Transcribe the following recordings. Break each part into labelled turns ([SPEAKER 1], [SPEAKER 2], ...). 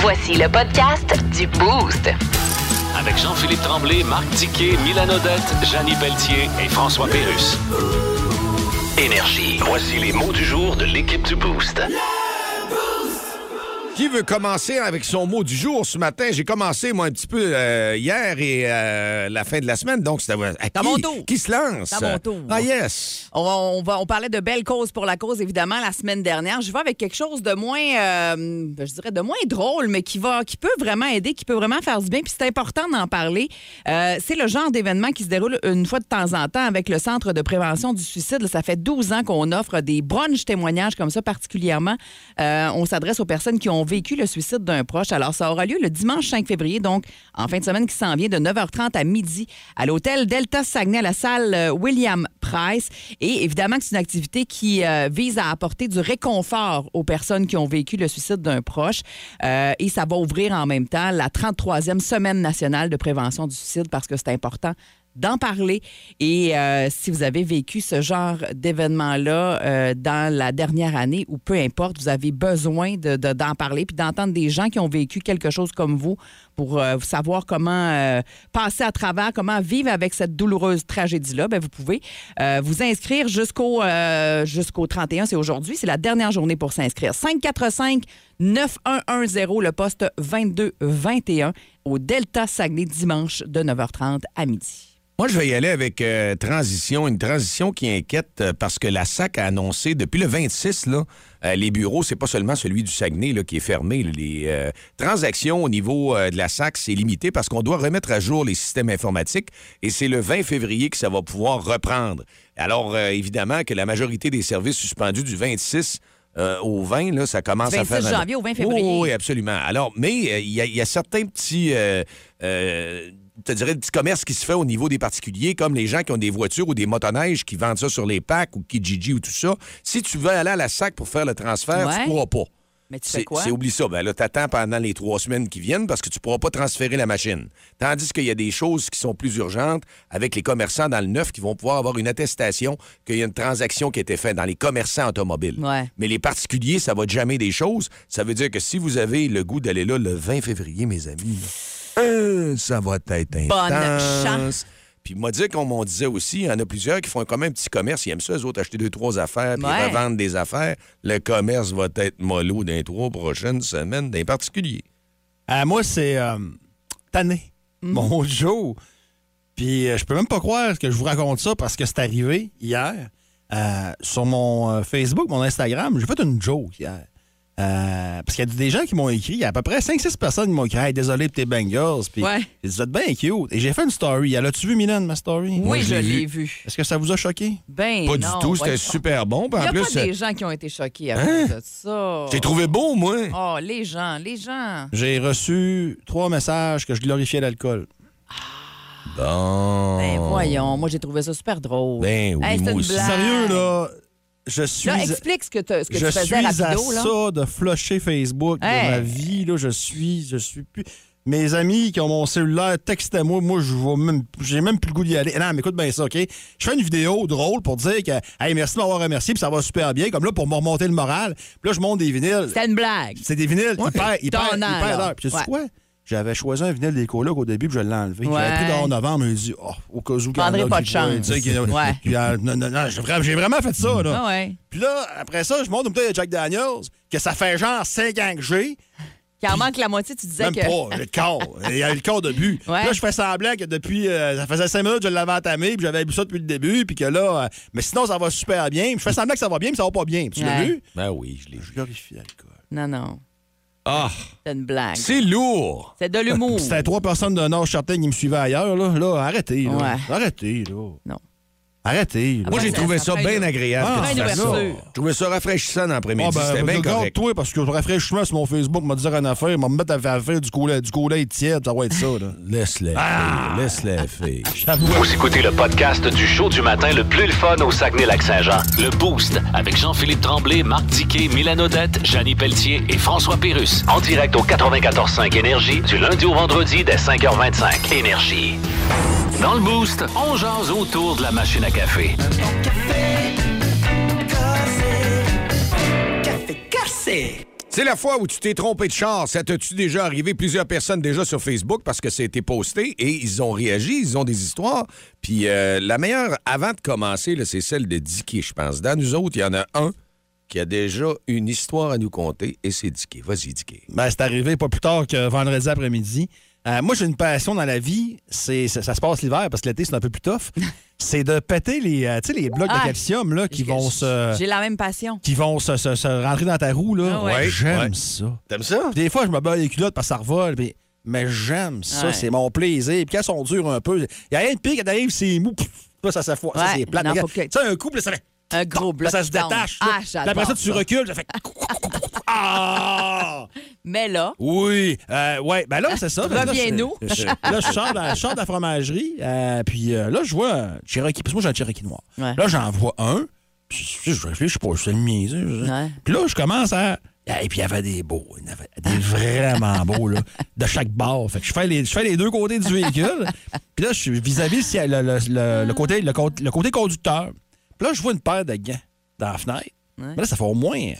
[SPEAKER 1] Voici le podcast du Boost.
[SPEAKER 2] Avec Jean-Philippe Tremblay, Marc Tiquet, Milan Odette, Janine Pelletier et François Pérus. Énergie. Voici les mots du jour de l'équipe du Boost.
[SPEAKER 3] Qui veut commencer avec son mot du jour ce matin? J'ai commencé, moi, un petit peu euh, hier et euh, la fin de la semaine, donc c'était à
[SPEAKER 4] T'as
[SPEAKER 3] qui,
[SPEAKER 4] mon tour.
[SPEAKER 3] qui se lance?
[SPEAKER 4] T'as mon tour.
[SPEAKER 3] Ah, yes.
[SPEAKER 4] On, va- on va- on parlait de belles causes pour la cause, évidemment, la semaine dernière. Je vais avec quelque chose de moins, euh, ben, je dirais, de moins drôle, mais qui, va, qui peut vraiment aider, qui peut vraiment faire du bien. Puis c'est important d'en parler. Euh, c'est le genre d'événement qui se déroule une fois de temps en temps avec le Centre de prévention du suicide. Ça fait 12 ans qu'on offre des brunch témoignages comme ça, particulièrement. Euh, on s'adresse aux personnes qui ont vécu le suicide d'un proche. Alors, ça aura lieu le dimanche 5 février, donc en fin de semaine qui s'en vient, de 9h30 à midi, à l'hôtel Delta Saguenay, à la salle euh, William Price. Et évidemment que c'est une activité qui euh, vise à apporter du réconfort aux personnes qui ont vécu le suicide d'un proche. Euh, et ça va ouvrir en même temps la 33e Semaine nationale de prévention du suicide parce que c'est important d'en parler. Et euh, si vous avez vécu ce genre d'événement-là euh, dans la dernière année ou peu importe, vous avez besoin de- de- d'en parler puis d'entendre des gens qui ont vécu quelque chose comme vous pour euh, savoir comment euh, passer à travers, comment vivre avec cette douloureuse tragédie-là. Ben, vous pouvez euh, vous inscrire jusqu'au euh, jusqu'au 31, c'est aujourd'hui, c'est la dernière journée pour s'inscrire. 545 9110, le poste 2221 au Delta Saguenay dimanche de 9h30 à midi.
[SPEAKER 3] Moi, je vais y aller avec euh, transition, une transition qui inquiète euh, parce que la SAC a annoncé depuis le 26, là, euh, les bureaux, c'est pas seulement celui du Saguenay là, qui est fermé. là. Les euh, transactions au niveau euh, de la SAC, c'est limité parce qu'on doit remettre à jour les systèmes informatiques et c'est le 20 février que ça va pouvoir reprendre. Alors, euh, évidemment que la majorité des services suspendus du 26 euh, au 20, là, ça commence à
[SPEAKER 4] 26
[SPEAKER 3] faire...
[SPEAKER 4] janvier au 20 février.
[SPEAKER 3] Oui, oui, absolument. Alors, mais euh, il y, a- il y a certains petits, euh, euh, te dirais, petits commerces qui se fait au niveau des particuliers, comme les gens qui ont des voitures ou des motoneiges qui vendent ça sur les packs ou Kijiji ou tout ça. Si tu veux aller à la SAC pour faire le transfert, tu
[SPEAKER 4] Ouais.
[SPEAKER 3] pourras pas.
[SPEAKER 4] Mais tu
[SPEAKER 3] C'est
[SPEAKER 4] fais quoi?
[SPEAKER 3] c'est- oublie ça. Ben là, t'attends pendant les trois semaines qui viennent parce que tu pourras pas transférer la machine. Tandis qu'il y a des choses qui sont plus urgentes avec les commerçants dans le neuf qui vont pouvoir avoir une attestation qu'il y a une transaction qui a été faite dans les commerçants automobiles.
[SPEAKER 4] Ouais.
[SPEAKER 3] Mais les particuliers, ça va jamais des choses. Ça veut dire que si vous avez le goût d'aller là le 20 février, mes amis, euh, ça va être intense.
[SPEAKER 4] chance.
[SPEAKER 3] Puis moi dire qu'on m'en disait aussi, il y en a plusieurs qui font quand même un petit commerce, ils aiment ça, eux autres, acheter deux, trois affaires, puis
[SPEAKER 4] Ouais.
[SPEAKER 3] revendre des affaires. Le commerce va être mollo dans les trois prochaines semaines des particuliers.
[SPEAKER 5] Euh, moi, c'est euh, tanné.
[SPEAKER 4] Mm-hmm.
[SPEAKER 5] Mon Joe. Puis euh, je peux même pas croire que je vous raconte ça parce que c'est arrivé hier euh, sur mon euh, Facebook, mon Instagram. J'ai fait une joke hier. Euh, parce qu'il y a des gens qui m'ont écrit, il y a à peu près 5-6 personnes qui m'ont écrit Hey, désolé pour tes bangers. Puis
[SPEAKER 4] Ouais.
[SPEAKER 5] ils disaient, vous êtes bien cute. Et j'ai fait une story. Elle a-tu vu, Mylène, ma story?
[SPEAKER 4] Oui,
[SPEAKER 5] Moi,
[SPEAKER 4] je
[SPEAKER 5] l'ai
[SPEAKER 4] l'ai
[SPEAKER 5] vue.
[SPEAKER 4] vu.
[SPEAKER 5] Est-ce que ça vous a choqué?
[SPEAKER 4] Ben
[SPEAKER 3] pas
[SPEAKER 4] non,
[SPEAKER 3] du tout,
[SPEAKER 4] ouais,
[SPEAKER 3] c'était
[SPEAKER 4] je-
[SPEAKER 3] super bon. Puis
[SPEAKER 4] Il y
[SPEAKER 3] en
[SPEAKER 4] a
[SPEAKER 3] plus,
[SPEAKER 4] pas des gens qui ont été choqués à
[SPEAKER 3] Hein?
[SPEAKER 4] cause de ça.
[SPEAKER 3] euh, j'ai trouvé beau, moi.
[SPEAKER 4] Oh, les gens, les gens.
[SPEAKER 5] J'ai reçu trois messages que je glorifiais l'alcool.
[SPEAKER 3] Bon.
[SPEAKER 4] Ah.
[SPEAKER 5] Oh.
[SPEAKER 4] Ben voyons, moi j'ai trouvé ça super drôle.
[SPEAKER 3] Ben oui,
[SPEAKER 4] Hey, c'est
[SPEAKER 3] moi
[SPEAKER 4] une
[SPEAKER 3] aussi.
[SPEAKER 4] blague.
[SPEAKER 5] Sérieux, là, je suis.
[SPEAKER 4] Là, explique ce que, t'as- ce que
[SPEAKER 5] je
[SPEAKER 4] tu
[SPEAKER 5] suis
[SPEAKER 4] faisais
[SPEAKER 5] à
[SPEAKER 4] rapido, là.
[SPEAKER 5] ça de flusher Facebook
[SPEAKER 4] Hey.
[SPEAKER 5] de ma vie. Là, je suis, je suis plus. Mes amis qui ont mon cellulaire, textez-moi. Moi, je vois même, j'ai même plus le goût d'y aller. Non, mais écoute bien ça, OK? Je fais une vidéo drôle pour dire que, hey, merci de m'avoir remercié, puis ça va super bien. Comme là, pour me remonter le moral. Puis là, je monte des vinyles.
[SPEAKER 4] C'était une blague.
[SPEAKER 5] C'est des vinyles hyper, hyper, hyper,
[SPEAKER 4] Tonnant, là.
[SPEAKER 5] d'heure. Puis tu sais
[SPEAKER 4] Ouais.
[SPEAKER 5] quoi? J'avais choisi un vinyle des colocs au début, puis je l'ai enlevé.
[SPEAKER 4] Ouais.
[SPEAKER 5] J'avais pris dehors en novembre, mais il dit, oh, au cas où. qu'il y en a
[SPEAKER 4] Prendrai
[SPEAKER 5] qui
[SPEAKER 4] pas de
[SPEAKER 5] voient,
[SPEAKER 4] chance.
[SPEAKER 5] tu sais, qu'il y en a-
[SPEAKER 4] Ouais.
[SPEAKER 5] Puis, euh, non, non, non, j'ai vra- j'ai vraiment fait ça, là.
[SPEAKER 4] Ah ouais.
[SPEAKER 5] Puis là, après ça, je monte une bouteille de Jack Daniels, que ça fait genre 5 ans que j'ai.
[SPEAKER 4] Qui en manque la moitié, tu disais
[SPEAKER 5] Même
[SPEAKER 4] que.
[SPEAKER 5] pas, j'ai le corps. Il y a eu le corps de but.
[SPEAKER 4] Ouais.
[SPEAKER 5] Puis Là, je fais semblant que depuis, euh, ça faisait 5 minutes que je l'avais entamé, puis j'avais bu ça depuis le début, puis que là, euh, mais sinon, ça va super bien. Puis je fais semblant que ça va bien, puis ça va pas bien. Puis tu l'as
[SPEAKER 4] Ouais.
[SPEAKER 5] vu?
[SPEAKER 3] Ben oui, je l'ai
[SPEAKER 5] Je
[SPEAKER 3] vu.
[SPEAKER 5] glorifie l'alcool.
[SPEAKER 4] Non, non.
[SPEAKER 3] Ah,
[SPEAKER 4] C'est une blague.
[SPEAKER 3] c'est lourd.
[SPEAKER 4] C'est de l'humour.
[SPEAKER 5] C'était trois personnes de Nord Chartin qui me suivaient ailleurs, là. Là, arrêtez, là.
[SPEAKER 4] Ouais.
[SPEAKER 5] Arrêtez, là.
[SPEAKER 4] Non.
[SPEAKER 5] Arrêtez.
[SPEAKER 4] Ah
[SPEAKER 3] Moi,
[SPEAKER 4] ben,
[SPEAKER 3] j'ai
[SPEAKER 4] ça-
[SPEAKER 3] trouvé
[SPEAKER 4] ça
[SPEAKER 3] ça
[SPEAKER 4] prend
[SPEAKER 3] bien
[SPEAKER 4] une-
[SPEAKER 3] agréable.
[SPEAKER 5] Ah,
[SPEAKER 3] que tu
[SPEAKER 4] prend une
[SPEAKER 3] fasses ça.
[SPEAKER 4] ouverture.
[SPEAKER 3] Je trouvais ça rafraîchissant dans
[SPEAKER 5] Ah,
[SPEAKER 3] l'après-midi.
[SPEAKER 5] ben,
[SPEAKER 3] C'était bien
[SPEAKER 5] regarde,
[SPEAKER 3] correct.
[SPEAKER 5] toi, parce que je rafraîchis sur mon Facebook, me dire une affaire, me mettre à faire affaire du cola, du cola et tiède, ça va être ça, là. Ah!
[SPEAKER 3] Laisse-la
[SPEAKER 4] Ah.
[SPEAKER 3] faire. Laisse-la faire.
[SPEAKER 2] Vous écoutez le podcast du show du matin le plus le fun au Saguenay-Lac-Saint-Jean. Le Boost avec Jean-Philippe Tremblay, Marc Diquet, Milan Odette, Janine Pelletier et François Pérus. En direct au 94.5 Énergie du lundi au vendredi dès 5h25. Énergie. Dans le Boost, on jase autour de la machine à café.
[SPEAKER 3] C'est la fois où tu t'es trompé de char. Ça t'as-tu déjà arrivé? Plusieurs personnes déjà sur Facebook parce que ça a été posté et ils ont réagi, ils ont des histoires. Puis euh, la meilleure, avant de commencer, là, c'est celle de Dicky, je pense. Dans nous autres, il y en a un qui a déjà une histoire à nous conter et c'est Dicky. Vas-y, Dicky.
[SPEAKER 5] Ben, c'est arrivé pas plus tard que vendredi après-midi. Euh, moi, j'ai une passion dans la vie, c'est ça, ça se passe l'hiver parce que l'été, c'est un peu plus tough. c'est de péter les, euh, tu sais, les blocs
[SPEAKER 4] Ah,
[SPEAKER 5] de calcium là, qui,
[SPEAKER 4] J'ai-
[SPEAKER 5] vont se,
[SPEAKER 4] J'ai la même passion.
[SPEAKER 5] qui vont se, se- se rentrer dans ta roue. Là.
[SPEAKER 4] Ah ouais. Ouais,
[SPEAKER 5] j'aime
[SPEAKER 3] ouais.
[SPEAKER 5] ça.
[SPEAKER 3] T'aimes ça?
[SPEAKER 5] Des fois, je me bats les culottes parce que ça revole. puis- mais j'aime ça,
[SPEAKER 4] Ouais.
[SPEAKER 5] c'est mon plaisir. Puis quand sont durs un peu, il n'y a rien de pire quand t'arrives, c'est mou, pff, là, ça s'affoie. Ça,
[SPEAKER 4] Ouais,
[SPEAKER 5] c'est plate.
[SPEAKER 4] non,
[SPEAKER 5] Mais
[SPEAKER 4] faut
[SPEAKER 5] quand-
[SPEAKER 4] que-
[SPEAKER 5] Tu sais, un couple, ça fait.
[SPEAKER 4] Un
[SPEAKER 5] là,
[SPEAKER 4] gros bloc.
[SPEAKER 5] ça se
[SPEAKER 4] qui tombe.
[SPEAKER 5] détache. là.
[SPEAKER 4] Ah,
[SPEAKER 5] Puis
[SPEAKER 4] j'adore.
[SPEAKER 5] après ça, tu recules, ça fait. Ah!
[SPEAKER 4] Mais là,
[SPEAKER 5] Oui, euh, ouais, ben là, c'est ça. Ben là,
[SPEAKER 4] Reviens-nous.
[SPEAKER 5] c'est- je- Là, je sors de la, je sors de la fromagerie, euh, puis euh, là, je vois un Cherokee, parce que moi, j'ai un Cherokee noir.
[SPEAKER 4] Ouais.
[SPEAKER 5] Là, j'en vois un, puis je je réfléchis, je sais pas, c'est le mien. tu sais, je-
[SPEAKER 4] Ouais.
[SPEAKER 5] Puis là, je commence à... Et puis, il y avait des beaux, il y en avait des vraiment beaux, là, de chaque bord. Fait que je fais les, je fais les deux côtés du véhicule, puis là, je suis vis-à-vis si- le, le- le- le côté, le, co- le côté conducteur. Puis là, je vois une paire de gants dans la fenêtre. Mais là, ça fait au moins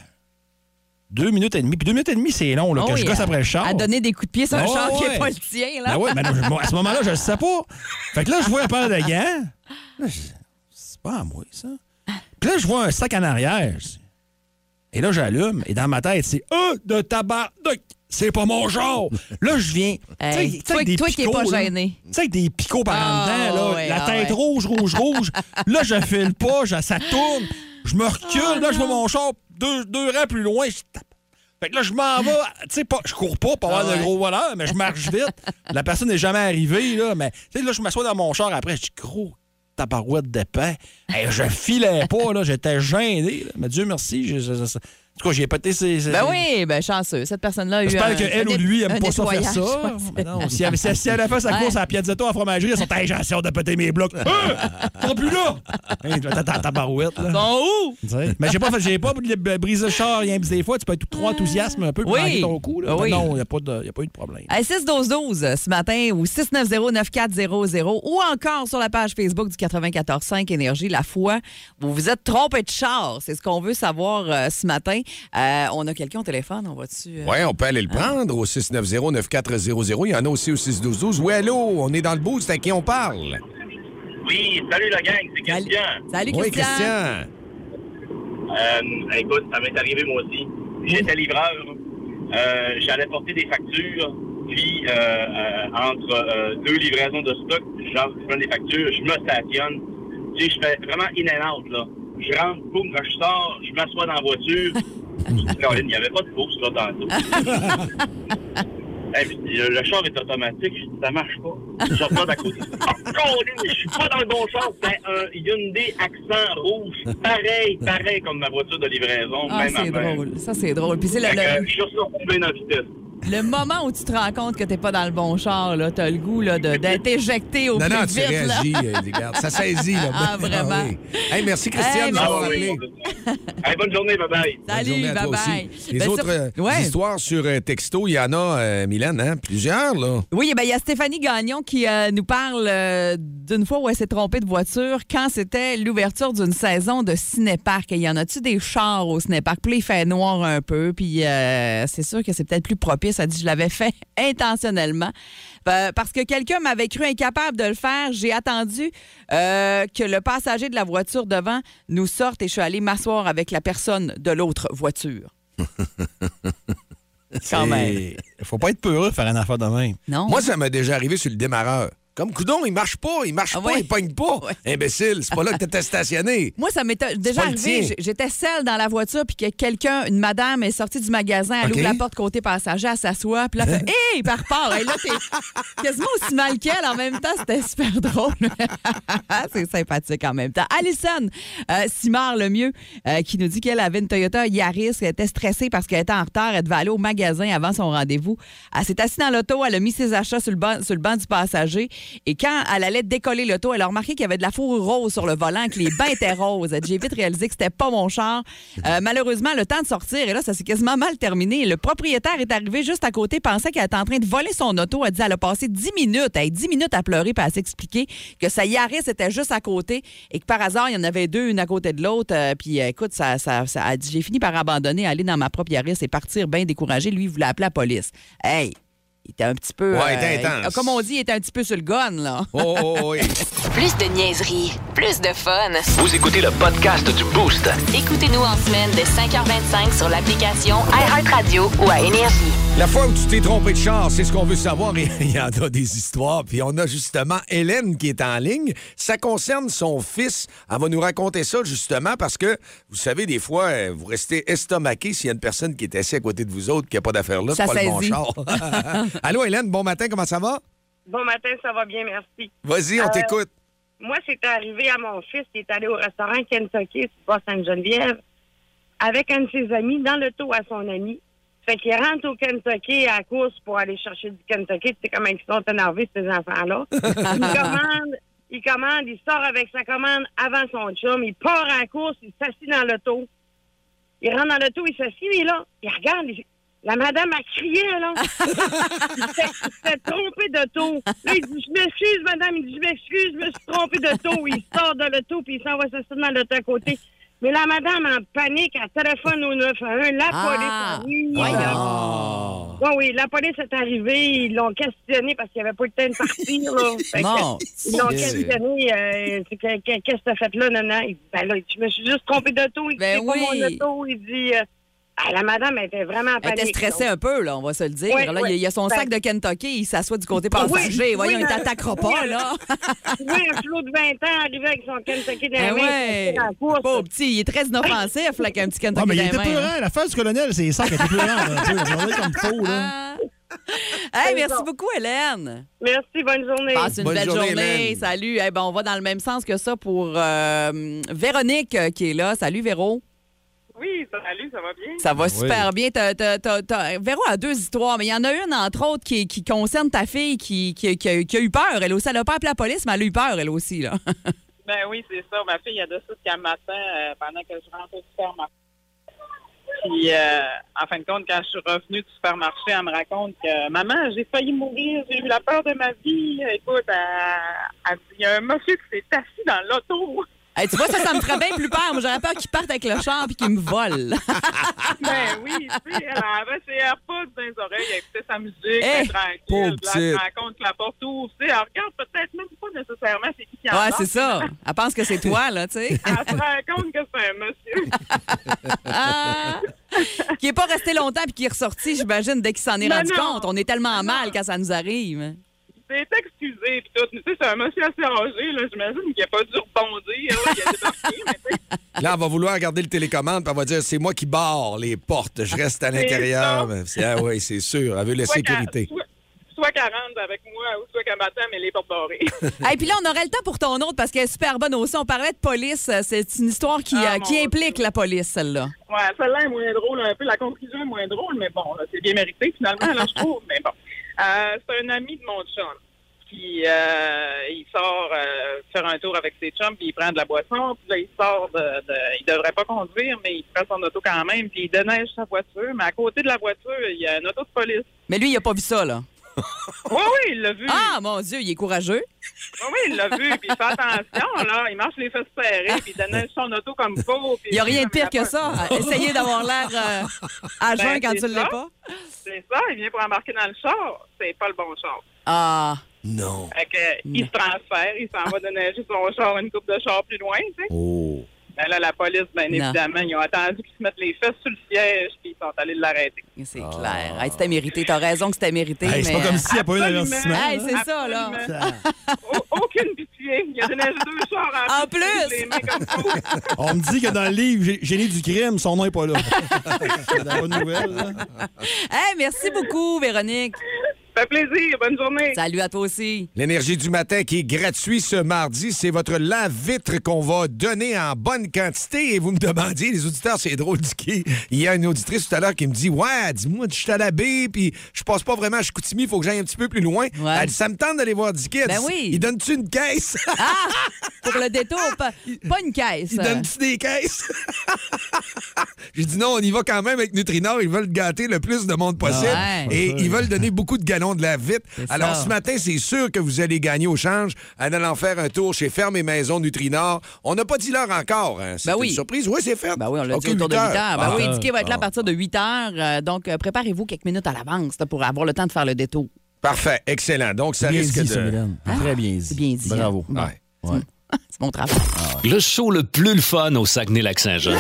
[SPEAKER 5] deux minutes et demie. Puis deux minutes et demie, c'est long, là, que
[SPEAKER 4] oh,
[SPEAKER 5] je
[SPEAKER 4] il
[SPEAKER 5] gosse
[SPEAKER 4] a-
[SPEAKER 5] après le char.
[SPEAKER 4] A donné des coups de pied sur un
[SPEAKER 5] Ouais,
[SPEAKER 4] char qui
[SPEAKER 5] ouais.
[SPEAKER 4] n'est pas le tien, là.
[SPEAKER 5] Ben ouais, ben là, je- moi, à ce moment-là, je le sais pas. Fait que là, je vois un paire de gants. Là, je dis, c'est pas à moi, ça. Puis là, je vois un sac en arrière. Je dis, Et là, j'allume. Et dans ma tête, c'est Ah, de tabac. C'est pas mon genre. Là, je viens. tu sais,
[SPEAKER 4] Hey,
[SPEAKER 5] tu sais,
[SPEAKER 4] toi-
[SPEAKER 5] avec des
[SPEAKER 4] toi qui es
[SPEAKER 5] picots,
[SPEAKER 4] pas
[SPEAKER 5] là.
[SPEAKER 4] gêné.
[SPEAKER 5] Tu sais, avec des picots par
[SPEAKER 4] Ah,
[SPEAKER 5] en dedans, là,
[SPEAKER 4] ouais,
[SPEAKER 5] la
[SPEAKER 4] ah,
[SPEAKER 5] tête
[SPEAKER 4] ouais.
[SPEAKER 5] rouge, rouge, rouge. là, je file pas, je- ça tourne. Je me recule. là,
[SPEAKER 4] Ah,
[SPEAKER 5] je vois mon char deux, deux rangs plus loin. Je tape. Fait que là, je m'en vais. Tu sais, pas, je cours pas pour avoir
[SPEAKER 4] Ah
[SPEAKER 5] de
[SPEAKER 4] ouais.
[SPEAKER 5] gros voleurs, mais je marche vite. La personne n'est jamais arrivée, là. Mais, tu sais, là, je m'assois dans mon char après. Je dis, gros, ta barouette de pain. Hey, je filais pas, là. J'étais gêné. là. Mais Dieu merci. je- je- je- je- En tout cas, j'ai pété ses. ses-
[SPEAKER 4] Ben oui, ben chanceux. Cette personne-là a eu
[SPEAKER 5] J'espère
[SPEAKER 4] un-
[SPEAKER 5] que elle
[SPEAKER 4] un
[SPEAKER 5] ou
[SPEAKER 4] net-
[SPEAKER 5] lui
[SPEAKER 4] un
[SPEAKER 5] aime pas ça faire
[SPEAKER 4] nettoyage.
[SPEAKER 5] ça. Mais non, si, elle, si, si elle a fait sa
[SPEAKER 4] Ouais.
[SPEAKER 5] course à la Piazzetta à la fromagerie, ils sont hey, j'ai assez hâte de péter mes blocs. Ah! Ils sont plus là! Hey, tu vas t'attendre à ta barouette, là.
[SPEAKER 4] Bon, où?
[SPEAKER 5] Tu sais. Mais j'ai pas, fait- j'ai pas bl- brisé le char, rien. Des fois, tu peux être tout trop enthousiasme un peu pour
[SPEAKER 4] Oui. Ah
[SPEAKER 5] manquer ton coup. Là.
[SPEAKER 4] Oui.
[SPEAKER 5] Mais non, il n'y a, pas de- y a pas eu de problème.
[SPEAKER 4] À 6-12-12 euh, ce matin ou 690-9400 ou encore sur la page Facebook du 94.5 Énergie La Foi. Vous vous êtes trompé de char. C'est ce qu'on veut savoir euh, ce matin. Euh, on a quelqu'un au téléphone. On va-tu. euh,
[SPEAKER 3] Oui, on peut aller le prendre au 690-9400. Il y en a aussi au 612-12. Oui, allô, on est dans le boost. À qui on parle?
[SPEAKER 6] Oui, salut la gang, c'est
[SPEAKER 4] Salut,
[SPEAKER 6] Christian.
[SPEAKER 4] Salut,
[SPEAKER 3] Oui,
[SPEAKER 4] Christian.
[SPEAKER 3] Christian.
[SPEAKER 6] Euh, écoute, ça m'est arrivé moi aussi. J'étais livreur, euh, j'allais porter des factures, puis euh, euh, entre euh, deux livraisons de stock, genre, je prends des factures, je me stationne. Tu sais, je fais vraiment in and out, là. Je rentre, boum, quand je sors, je m'assois dans la voiture. Caroline, il n'y avait pas de course, là, tantôt. Hey, puis le, le char est automatique, je dis, ça marche pas. Je regarde à côté. Oh, Colin, je suis pas dans le bon char. C'est un Hyundai accent rouge. Pareil, pareil comme ma voiture de livraison.
[SPEAKER 4] Ah,
[SPEAKER 6] même
[SPEAKER 4] c'est
[SPEAKER 6] affaire.
[SPEAKER 4] drôle. Ça, c'est drôle. Puis c'est le,
[SPEAKER 6] Fait que,
[SPEAKER 4] le-
[SPEAKER 6] je suis retombé dans la vitesse.
[SPEAKER 4] le moment où tu te rends compte que t'es pas dans le bon char, là, t'as le goût là, de- d'être éjecté au
[SPEAKER 3] Non,
[SPEAKER 4] plus
[SPEAKER 3] non, tu
[SPEAKER 4] vite. là.
[SPEAKER 3] réagis, euh, regarde. Ça saisit, là.
[SPEAKER 4] Ah, vraiment?
[SPEAKER 3] oui. Hey, merci, Christian,
[SPEAKER 4] Hey,
[SPEAKER 3] de nous
[SPEAKER 4] merci.
[SPEAKER 3] avoir appelé.
[SPEAKER 6] Hey, bonne journée, bye bye.
[SPEAKER 3] Bonne
[SPEAKER 4] Salut,
[SPEAKER 3] journée à
[SPEAKER 4] bye
[SPEAKER 3] toi
[SPEAKER 4] bye.
[SPEAKER 3] aussi. Les
[SPEAKER 4] Ben,
[SPEAKER 3] autres
[SPEAKER 4] sur-
[SPEAKER 3] euh,
[SPEAKER 4] Ouais.
[SPEAKER 3] histoires sur euh, texto, il y en a, euh, Mylène, hein? plusieurs, là.
[SPEAKER 4] Oui, eh ben, il y a Stéphanie Gagnon qui euh, nous parle euh, d'une fois où elle s'est trompée de voiture quand c'était l'ouverture d'une saison de cinéparc. Et Il y en a-tu des chars au cinéparc? Puis là, il fait noir un peu, puis euh, c'est sûr que c'est peut-être plus propice. Elle dit, je l'avais fait intentionnellement. Euh, parce que quelqu'un m'avait cru incapable de le faire. J'ai attendu euh, que le passager de la voiture devant nous sorte et je suis allée m'asseoir avec la personne de l'autre voiture. Quand même.
[SPEAKER 5] Il faut pas être peureux de faire une affaire de même.
[SPEAKER 4] Non?
[SPEAKER 3] Moi, ça m'est déjà arrivé sur le démarreur. Comme Coudon, il marche pas, il marche
[SPEAKER 4] Ah
[SPEAKER 3] pas,
[SPEAKER 4] ouais.
[SPEAKER 3] il pogne pas.
[SPEAKER 4] Ouais.
[SPEAKER 3] Imbécile, c'est pas là que t'étais stationné.
[SPEAKER 4] Moi, ça m'était déjà
[SPEAKER 3] pas le
[SPEAKER 4] arrivé.
[SPEAKER 3] tien.
[SPEAKER 4] j- J'étais seule dans la voiture, puis que quelqu'un, une madame, est sortie du magasin, elle
[SPEAKER 3] OK.
[SPEAKER 4] ouvre la porte côté passager, elle s'assoit, puis là, elle fait Hé, par part! Et là, t'es quasiment aussi mal qu'elle en même temps. C'était super drôle. C'est sympathique en même temps. Alison euh, Simard, le mieux, euh, qui nous dit qu'elle avait une Toyota Yaris. Elle était stressée parce qu'elle était en retard. Elle devait aller au magasin avant son rendez-vous. Elle s'est assise dans l'auto, elle a mis ses achats sur le, banc, sur le banc du passager. Et quand elle allait décoller l'auto, elle a remarqué qu'il y avait de la fourrure rose sur le volant, que les bains étaient roses. Elle dit, J'ai vite réalisé que c'était pas mon char. Euh, malheureusement, le temps de sortir, et là, ça s'est quasiment mal terminé. Le propriétaire est arrivé juste à côté, pensait qu'elle était en train de voler son auto. Elle dit elle a passé 10 minutes, elle, 10 minutes à pleurer puis à s'expliquer que sa Yaris était juste à côté et que par hasard, il y en avait deux, une à côté de l'autre. Euh, puis euh, écoute, ça, ça, ça- elle dit j'ai fini par abandonner, aller dans ma propre Yaris et partir bien découragé. Lui, il voulait appeler la police. Hey! Il était un petit peu.
[SPEAKER 3] Ouais, il était intense.
[SPEAKER 4] il- comme on dit, il était un petit peu sur le gun, là.
[SPEAKER 3] Oh, oh, oh, oui.
[SPEAKER 1] Plus de niaiserie, plus de fun.
[SPEAKER 2] Vous écoutez le podcast du Boost.
[SPEAKER 1] Écoutez-nous en semaine de 5h25 sur l'application iHeartRadio ou à Énergie.
[SPEAKER 3] La fois où tu t'es trompé de char, c'est ce qu'on veut savoir. et Il y en a des histoires. Puis on a justement Hélène qui est en ligne. Ça concerne son fils. Elle va nous raconter ça justement parce que, vous savez, des fois, euh, vous restez estomaqué s'il y a une personne qui est assise à côté de vous autres qui n'a pas d'affaires là.
[SPEAKER 4] Ça
[SPEAKER 3] c'est pas le bon
[SPEAKER 4] saisit.
[SPEAKER 3] char. Allô, Hélène, bon matin, comment ça va?
[SPEAKER 7] Bon matin, ça va bien, merci.
[SPEAKER 3] Vas-y, on
[SPEAKER 7] Euh,
[SPEAKER 3] t'écoute.
[SPEAKER 7] Moi, c'est arrivé à mon fils qui est allé au restaurant Kentucky, sur bois Sainte-Geneviève, avec un de ses amis, dans le taux à son ami. Fait qu'il rentre au Kentucky à la course pour aller chercher du Kentucky. Tu sais comment ils sont énervés, ces enfants-là. il commande, il commande, il sort avec sa commande avant son chum, il part à la course, il s'assit dans l'auto. Il rentre dans l'auto, il s'assit, mais là, il regarde, il- la madame a crié, là. s'est- il s'est trompé de taux. Là, il dit, je m'excuse, madame. Il dit, je m'excuse, je me suis trompé de taux. Il sort de l'auto, puis il s'en va s'asseoir dans l'auto à côté. Mais la madame, en panique, elle téléphone au 911. La
[SPEAKER 4] Ah.
[SPEAKER 7] police arrive.
[SPEAKER 5] Ah.
[SPEAKER 7] Oui, oui, la police est arrivée. Ils l'ont questionné parce qu'il n'y avait pas le temps de partir. Là. Fait que-
[SPEAKER 4] Non.
[SPEAKER 7] Ils l'ont
[SPEAKER 3] Bien.
[SPEAKER 7] questionné. euh, c'est que- que- Qu'est-ce que t'as fait là, non, non? Il dit, ben là, je me suis juste trompé d'auto. Il dit,
[SPEAKER 4] Ben
[SPEAKER 7] c'est pas
[SPEAKER 4] oui.
[SPEAKER 7] mon auto. Il dit, euh, ah, la madame, elle était vraiment en
[SPEAKER 4] Elle
[SPEAKER 7] panique.
[SPEAKER 4] était stressée
[SPEAKER 7] là.
[SPEAKER 4] un peu, là, on va se le dire.
[SPEAKER 7] Ouais,
[SPEAKER 4] là, il y a- il y a son
[SPEAKER 7] ouais.
[SPEAKER 4] sac de Kentucky, il s'assoit du côté passager.
[SPEAKER 7] oui,
[SPEAKER 4] Voyons, il
[SPEAKER 7] mais-
[SPEAKER 4] t'attaquera pas, là.
[SPEAKER 7] Oui, un flot de 20 ans arrivé avec son Kentucky dans
[SPEAKER 4] Eh
[SPEAKER 7] la main.
[SPEAKER 4] ouais.
[SPEAKER 7] Ben dans la course.
[SPEAKER 4] Pauvre petit, il est très inoffensif, là, qu'un petit
[SPEAKER 5] Ah,
[SPEAKER 4] Kentucky
[SPEAKER 5] mais il était
[SPEAKER 4] dans les mains, hein.
[SPEAKER 5] peurant. La phase du colonel, c'est ça qui était peurant. là. Tu sais, regardez comme faux, là.
[SPEAKER 4] Ah. Hey, merci beaucoup, Hélène.
[SPEAKER 7] Merci, bonne journée.
[SPEAKER 4] Passe une
[SPEAKER 3] Bonne
[SPEAKER 4] belle
[SPEAKER 3] journée,
[SPEAKER 4] journée.
[SPEAKER 3] Hélène.
[SPEAKER 4] Salut. Eh ben, on va dans le même sens que ça pour euh, Véronique euh, qui est là. Salut, Véro.
[SPEAKER 7] Oui, salut, ça va bien?
[SPEAKER 4] Ça va super bien. T'as- t'as- t'as- t'as- Véro a deux histoires, mais il y en a une, entre autres, qui, qui concerne ta fille qui, qui- qui a, qui a eu peur. Elle aussi, elle a pas appelé la police, mais elle a eu peur, elle aussi, là.
[SPEAKER 7] Ben oui, c'est ça. Ma fille, elle a de ça qu'elle m'attend euh, pendant que je rentre au supermarché. Puis, euh, en fin de compte, quand je suis revenue du supermarché, elle me raconte que « Maman, j'ai failli mourir, j'ai eu la peur de ma vie. » Écoute, elle, elle dit « Il y a un monsieur qui s'est assis dans l'auto.
[SPEAKER 4] Hey, tu vois, ça, ça me ferait bien plus peur. Moi, j'aurais peur qu'ils partent avec le char puis qu'ils me volent. »
[SPEAKER 7] Ben oui, tu sais, elle avait ses AirPods dans les oreilles, elle écoutait sa musique,
[SPEAKER 4] Eh,
[SPEAKER 7] elle était tranquille.
[SPEAKER 3] pauvre
[SPEAKER 7] Puis là, Elle se rend compte que la porte ouvre, tu sais, elle regarde peut-être même pas nécessairement c'est qui qui en
[SPEAKER 4] Ouais,
[SPEAKER 7] sort.
[SPEAKER 4] c'est ça. Elle pense que c'est toi, là, tu sais.
[SPEAKER 7] Elle se rend compte que c'est un monsieur.
[SPEAKER 4] Ah! qui est pas resté longtemps puis qui est ressorti, j'imagine, dès qu'il s'en est
[SPEAKER 7] Non,
[SPEAKER 4] rendu
[SPEAKER 7] non.
[SPEAKER 4] compte. On est tellement
[SPEAKER 7] Non,
[SPEAKER 4] mal
[SPEAKER 7] non.
[SPEAKER 4] quand ça nous arrive.
[SPEAKER 7] C'est excusé, puis tout. Tu sais, c'est un monsieur assez âgé, là. J'imagine qu'il a pas dû rebondir, là. Il a débarqué, mais tu sais,
[SPEAKER 3] Là, on va vouloir regarder le télécommande, puis on va dire c'est moi qui barre les portes, je reste à l'intérieur. C'est- Ah oui, c'est sûr, elle veut la
[SPEAKER 7] soit qu'elle-
[SPEAKER 3] sécurité.
[SPEAKER 7] soit- Soit qu'elle rentre avec moi ou soit qu'elle m'attend, mais les portes barrées.
[SPEAKER 4] Et puis là, on aurait le temps pour ton autre parce qu'elle est super bonne aussi. On parlait de police. Euh, C'est une histoire qui,
[SPEAKER 7] Ah,
[SPEAKER 4] euh, qui
[SPEAKER 7] mon
[SPEAKER 4] implique la police, celle-là.
[SPEAKER 7] Ouais, celle-là est moins drôle, un peu la conclusion est moins drôle, mais bon, là, c'est bien mérité finalement, là, je trouve. Mais bon, Euh, c'est un ami de mon chum qui euh, il sort euh, faire un tour avec ses chums, puis il prend de la boisson, puis là, il sort de, de- Il devrait pas conduire, mais il prend son auto quand même, puis il déneige sa voiture, mais à côté de la voiture, il y a un auto de police.
[SPEAKER 4] Mais lui, il a pas vu ça, là.
[SPEAKER 7] Oui, oui, il l'a vu.
[SPEAKER 4] Ah, mon Dieu, il est courageux.
[SPEAKER 7] Oui, oui, il l'a vu, puis il fait attention, là. Il marche les fesses serrées, puis il déneige son auto comme faux.
[SPEAKER 4] Il n'y a rien de pire que ça. Essayer d'avoir l'air euh, à
[SPEAKER 7] Ben,
[SPEAKER 4] jeun quand
[SPEAKER 7] c'est
[SPEAKER 4] tu ne l'es
[SPEAKER 7] ça.
[SPEAKER 4] pas.
[SPEAKER 7] C'est ça, il vient pour embarquer dans le char. C'est pas le bon char.
[SPEAKER 4] Ah,
[SPEAKER 3] Non.
[SPEAKER 7] Fait que, il se transfère, il s'en va déneiger son char une coupe de char plus loin, tu sais.
[SPEAKER 3] Oh.
[SPEAKER 8] Ben là, la police, bien
[SPEAKER 4] Non.
[SPEAKER 8] évidemment, ils ont attendu qu'ils se mettent les fesses sur le siège, puis ils sont allés l'arrêter.
[SPEAKER 4] C'est clair. Hey, c'était mérité. T'as raison que c'était mérité.
[SPEAKER 5] Hey, c'est pas
[SPEAKER 4] mais-
[SPEAKER 5] comme s'il n'y a pas eu
[SPEAKER 8] Absolument.
[SPEAKER 5] d'avertissement.
[SPEAKER 4] Hey, c'est ça, là.
[SPEAKER 8] Aucune pitié. Il y a donné deux sorts
[SPEAKER 4] En
[SPEAKER 8] dessous,
[SPEAKER 4] plus!
[SPEAKER 8] les mains comme ça.
[SPEAKER 5] On me dit que dans le livre, Gé- Génie du crime, son nom n'est pas là. c'est la bonne nouvelle. là.
[SPEAKER 4] Hey, merci beaucoup, Véronique.
[SPEAKER 8] Ça fait plaisir. Bonne journée.
[SPEAKER 4] Salut à toi aussi.
[SPEAKER 3] L'énergie du matin qui est gratuit ce mardi, c'est votre lave-vitre qu'on va donner en bonne quantité. Et vous me demandiez, les auditeurs, c'est drôle du qui. Il y a une auditrice tout à l'heure qui me dit Ouais, dis-moi, je suis à la baie, puis je passe pas vraiment à Chicoutimi, il faut que j'aille un petit peu plus loin.
[SPEAKER 4] Ouais.
[SPEAKER 3] Elle dit Ça me tente d'aller voir Dicky. Elle
[SPEAKER 4] Ben
[SPEAKER 3] dit,
[SPEAKER 4] oui.
[SPEAKER 3] Il donne-tu une caisse
[SPEAKER 4] Ah! Pour le détour, pas, pas une caisse.
[SPEAKER 3] Il donne-tu des caisses J'ai dit Non, on y va quand même avec Nutrinor. Ils veulent gâter le plus de monde possible.
[SPEAKER 4] Ah Ouais.
[SPEAKER 3] Et ils veulent donner beaucoup de gallons de lave-vitre.
[SPEAKER 4] C'est ça.
[SPEAKER 3] Alors, ce matin, c'est sûr que vous allez gagner au change en allant faire un tour chez Ferme et Maison Nutrinor. On n'a pas dit l'heure encore. hein. C'est
[SPEAKER 4] Ben
[SPEAKER 3] une
[SPEAKER 4] oui.
[SPEAKER 3] surprise. Oui, c'est fait.
[SPEAKER 4] Ben oui, on l'a
[SPEAKER 3] OK,
[SPEAKER 4] dit autour de 8
[SPEAKER 3] huit
[SPEAKER 4] heures.
[SPEAKER 3] heures.
[SPEAKER 4] Ben
[SPEAKER 3] Ah.
[SPEAKER 4] oui, Dicky va être là à partir de 8 heures. euh, donc, euh, préparez-vous quelques minutes à l'avance là, pour avoir le temps de faire le détour.
[SPEAKER 3] Parfait. Excellent. Donc, ça
[SPEAKER 5] Bien
[SPEAKER 3] risque
[SPEAKER 5] dit,
[SPEAKER 3] de.
[SPEAKER 5] ça, mesdames. Très bien dit.
[SPEAKER 4] bien dit, hein.
[SPEAKER 5] Bravo.
[SPEAKER 4] Bon.
[SPEAKER 3] Ouais.
[SPEAKER 4] C'est mon travail.
[SPEAKER 2] Le show le plus le fun au Saguenay-Lac-Saint-Jean.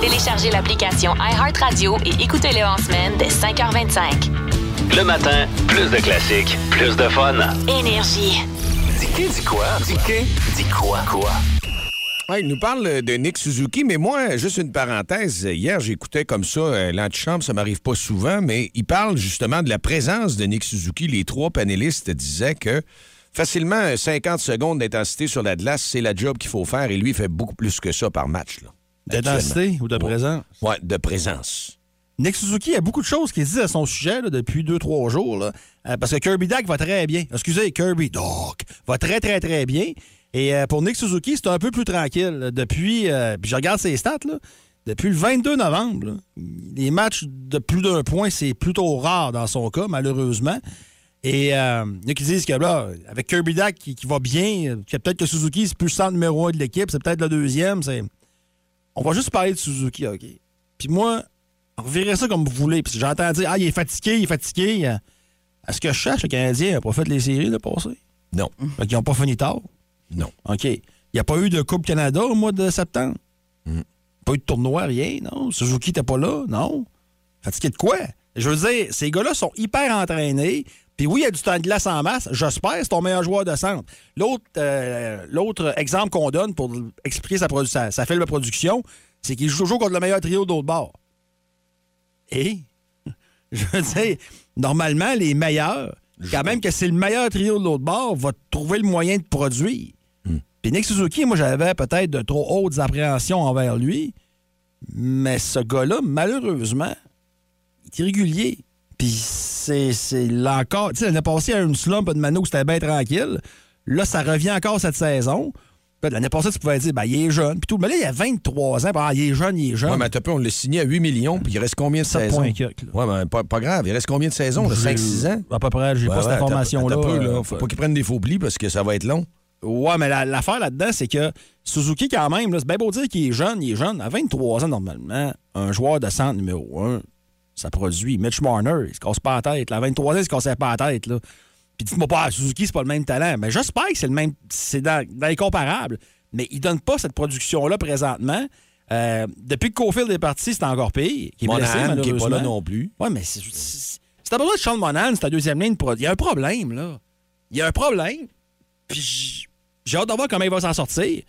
[SPEAKER 1] Téléchargez l'application iHeartRadio et écoutez-le en semaine dès 5h25.
[SPEAKER 2] Le matin, plus de classiques, plus de fun.
[SPEAKER 1] Énergie.
[SPEAKER 2] Dicky dit quoi? Dicky dit quoi? Quoi?
[SPEAKER 3] Ouais, il nous parle euh, de Nick Suzuki, mais moi, juste une parenthèse. Hier, j'écoutais comme ça euh, l'antichambre, ça m'arrive pas souvent, mais il parle justement de la présence de Nick Suzuki. Les trois panélistes disaient que facilement euh, 50 secondes d'intensité sur la glace, c'est la job qu'il faut faire, et lui, il fait beaucoup plus que ça par match. Là,
[SPEAKER 5] D'intensité ou de présent.
[SPEAKER 3] Actuellement. Ouais, de présence.
[SPEAKER 5] Nick Suzuki a beaucoup de choses qu'il dit à son sujet là, depuis deux, trois jours. là. Euh, parce que Kirby Duck va très bien. Excusez, Kirby Duck va très, très, très bien. Et euh, pour Nick Suzuki, c'est un peu plus tranquille. là. Depuis, euh, puis je regarde ses stats, là. depuis le 22 novembre, là, les matchs de plus d'un point, c'est plutôt rare dans son cas, malheureusement. Et euh, il y en a qui disent que là, avec Kirby Duck qui, qui va bien, euh, que peut-être que Suzuki, c'est plus le centre numéro un de l'équipe, c'est peut-être le deuxième. c'est- On va juste parler de Suzuki, OK? Puis moi, revirez ça comme vous voulez. Puis j'entends dire, ah, il est fatigué, il est fatigué. Euh, À ce que je cherche, le Canadien n'a pas fait les séries de passé.
[SPEAKER 3] Non.
[SPEAKER 5] Fait qu'ils n'ont pas fini tard.
[SPEAKER 3] Non.
[SPEAKER 5] OK. Il n'y a pas eu de Coupe Canada au mois de septembre.
[SPEAKER 3] Mm.
[SPEAKER 5] Pas eu de tournoi, rien, non. Suzuki n'était pas là, non. Fatigué de quoi? Je veux dire, ces gars-là sont hyper entraînés. Puis oui, il y a du temps de glace en masse. J'espère, c'est ton meilleur joueur de centre. L'autre, euh, l'autre exemple qu'on donne pour expliquer sa, produ- sa, sa faible production, c'est qu'il joue toujours contre le meilleur trio d'autre bord. Et, je veux dire, normalement, les meilleurs, quand même que c'est le meilleur trio de l'autre bord, va trouver le moyen de produire. Puis Nick Suzuki, moi, j'avais peut-être de trop hautes appréhensions envers lui, mais ce gars-là, malheureusement, il est irrégulier. Puis c'est, c'est là encore. Tu sais, l'année passée, il y a eu une slump de Mano où c'était bien tranquille. Là, ça revient encore cette saison. Puis L'année passée, tu pouvais dire, ben, il est jeune. Puis tout. Mais là, il a 23 ans. Puis, ah, il est jeune, il est jeune.
[SPEAKER 3] Ouais, mais t'as peu, on l'a signé à 8 millions, puis il reste combien de
[SPEAKER 5] Sept
[SPEAKER 3] saisons?
[SPEAKER 5] points quelques, là.
[SPEAKER 3] Ouais, mais pas, pas grave. Il reste combien de saisons?
[SPEAKER 5] J'ai-
[SPEAKER 3] 5-6 ans?
[SPEAKER 5] À peu près, j'ai
[SPEAKER 3] Ouais,
[SPEAKER 5] pas
[SPEAKER 3] ouais,
[SPEAKER 5] cette
[SPEAKER 3] t'as-
[SPEAKER 5] information-là.
[SPEAKER 3] t'as peu,
[SPEAKER 5] euh,
[SPEAKER 3] Faut pas qu'ils prennent des faux plis parce que ça va être long.
[SPEAKER 5] Ouais, mais la- l'affaire là-dedans, c'est que Suzuki, quand même, là, c'est bien beau dire qu'il est jeune, il est jeune. À 23 ans, normalement, un joueur de centre numéro 1, ça produit. Mitch Marner, il se casse pas la tête. là. À 23 ans, il se cassait pas la tête. Là. Puis dites-moi pas, ah, Suzuki, c'est pas le même talent. Mais j'espère que c'est le même. C'est dans, dans les comparables. Mais il donne pas cette production-là présentement. Euh, depuis que Cofield est parti, c'est encore pire. Il est
[SPEAKER 3] Monahan,
[SPEAKER 5] blessé,
[SPEAKER 3] qui est pas là
[SPEAKER 5] malheureusement.
[SPEAKER 3] non plus.
[SPEAKER 5] Ouais, mais c'est- c'est- si t'as besoin de Sean Monahan, c'est ta deuxième ligne. pro- Il y a un problème, là. Il y a un problème. Puis j- j'ai hâte de voir comment il va s'en sortir.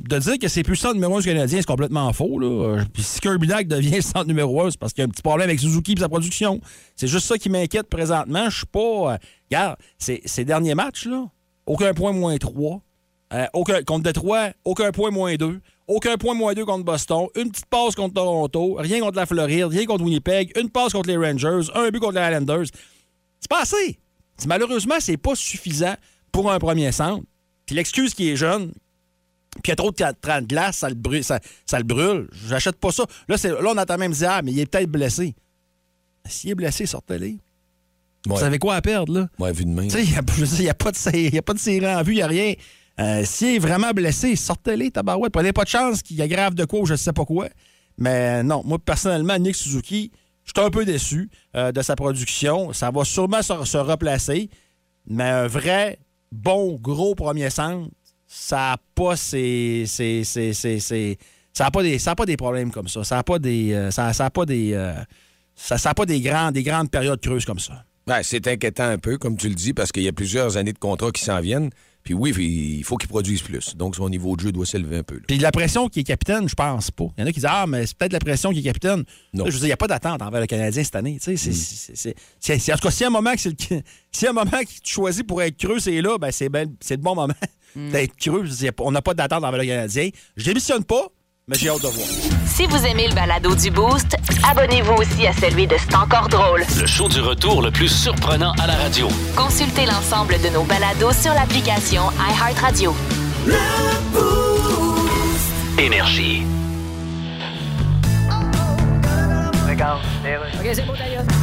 [SPEAKER 5] De dire que c'est plus le centre numéro 1 du Canadien, c'est complètement faux. Là. Euh, Puis si Kirby Dack devient le centre numéro 1, c'est parce qu'il y a un petit problème avec Suzuki et sa production. C'est juste ça qui m'inquiète présentement. Je suis pas. euh, regarde, ces, ces derniers matchs, là, aucun point moins 3. aucun, contre Detroit, aucun point moins 2. Aucun point moins 2 contre Boston. Une petite passe contre Toronto. Rien contre la Floride. Rien contre Winnipeg. Une passe contre les Rangers. Un but contre les Islanders. C'est pas assez. C'est- Malheureusement, c'est pas suffisant pour un premier centre. Puis l'excuse qui est jeune, puis il y a trop de tra- tra- de glace, ça le brûle. Ça, ça le brûle. J'achète pas ça. Là, c'est- là on entend même dire, ah, mais il est peut-être blessé. S'il est blessé, sortez-le.
[SPEAKER 3] Ouais.
[SPEAKER 5] Vous savez quoi à perdre, là?
[SPEAKER 3] Ouais, vu de main.
[SPEAKER 5] Tu sais, il n'y a, pas de sé- y a pas de série en vue, il n'y a rien. Euh, S'il est vraiment blessé, sortez-les, tabarouette. Prenez pas de chance qu'il aggrave de quoi ou je sais pas quoi. Mais non, moi, personnellement, Nick Suzuki, je suis un peu déçu euh, de sa production. Ça va sûrement se, se replacer. Mais un vrai, bon, gros premier centre, ça n'a pas ses- ses- ses- ses- ses- ça a pas des ça a pas des problèmes comme ça. Ça n'a pas des euh, ça, ça a pas des euh, ça, ça a pas des grands des grandes périodes creuses comme ça.
[SPEAKER 3] Ben, c'est inquiétant un peu, comme tu le dis, parce qu'il y a plusieurs années de contrats qui s'en viennent. Puis oui, puis il faut qu'ils produisent plus. Donc, son niveau de jeu doit s'élever un peu. là.
[SPEAKER 5] Puis la pression qui est capitaine, je pense pas. Il y en a qui disent Ah, mais c'est peut-être la pression qui est capitaine.
[SPEAKER 3] Non.
[SPEAKER 5] Là, je veux dire, il n'y a pas d'attente envers le Canadien cette année. Tu sais, c'est- c'est- c'est- c'est- c'est- En tout cas, s'il y a un moment que c'est le- s'il y a un moment que tu choisis pour être creux, c'est là, ben c'est ben- c'est le bon moment d'être creux. Je veux dire, On n'a pas d'attente envers le Canadien. Je démissionne pas, mais j'ai hâte de voir.
[SPEAKER 1] Si vous aimez le balado du Boost, abonnez-vous aussi à celui de C'est encore drôle.
[SPEAKER 2] Le show du retour le plus surprenant à la radio.
[SPEAKER 1] Consultez l'ensemble de nos balados sur l'application iHeartRadio.
[SPEAKER 2] Énergie.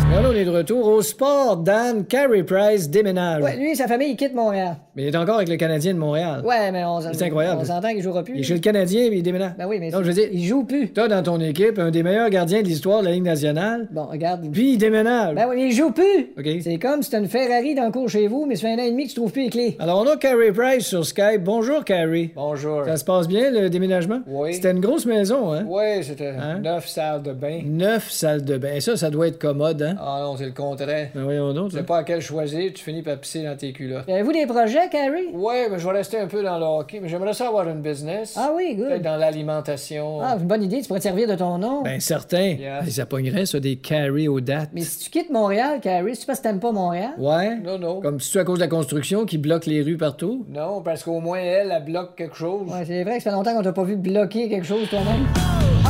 [SPEAKER 9] Alors on est de retour au sport. Dan Carey Price déménage.
[SPEAKER 10] Ouais, lui et sa famille, ils quittent Montréal.
[SPEAKER 9] Mais il est encore avec le Canadien de Montréal.
[SPEAKER 10] Ouais, mais on s'en-
[SPEAKER 9] C'est incroyable.
[SPEAKER 10] On s'entend qu'il jouera plus.
[SPEAKER 9] Il est chez le Canadien et il déménage.
[SPEAKER 10] Ben oui, mais
[SPEAKER 9] Donc, je veux dire, il joue plus. T'as dans ton équipe un des meilleurs gardiens de l'histoire de la Ligue nationale.
[SPEAKER 10] Bon, regarde.
[SPEAKER 9] Puis il déménage.
[SPEAKER 10] Ben oui, mais il joue plus.
[SPEAKER 9] OK.
[SPEAKER 10] C'est comme si t'as une Ferrari dans le cours chez vous, mais ça fait un an et demi que tu trouves plus les clés.
[SPEAKER 9] Alors, on a Carey Price sur Skype. Bonjour, Carey.
[SPEAKER 10] Bonjour.
[SPEAKER 9] Ça se passe bien, le déménagement?
[SPEAKER 10] Oui.
[SPEAKER 9] C'était une grosse maison, hein?
[SPEAKER 10] Oui, c'était neuf salles de bain.
[SPEAKER 9] Neuf salles de bain. Ça, ça doit être commode, hein?
[SPEAKER 10] Ah non, c'est le contraire.
[SPEAKER 9] Ben voyons donc. ça.
[SPEAKER 10] pas à quel choisir, tu finis par pisser dans tes culottes. Avez-vous des projets, Carrie? Oui, mais je vais rester un peu dans le hockey, mais j'aimerais ça avoir une business. Ah oui, good. Peut-être dans l'alimentation. Ah, c'est une bonne idée, tu pourrais te servir de ton nom.
[SPEAKER 9] Ben certain. Et ça pognerait, ça, des Carey aux dates.
[SPEAKER 10] Mais si tu quittes Montréal, Carrie, c'est parce que t'aimes pas Montréal?
[SPEAKER 9] Ouais?
[SPEAKER 10] Non, non.
[SPEAKER 9] Comme si tu à cause de la construction qui bloque les rues partout?
[SPEAKER 10] Non, parce qu'au moins elle, elle bloque quelque chose. Ouais, c'est vrai que ça fait longtemps qu'on t'a pas vu bloquer quelque chose toi-même.
[SPEAKER 11] Ah,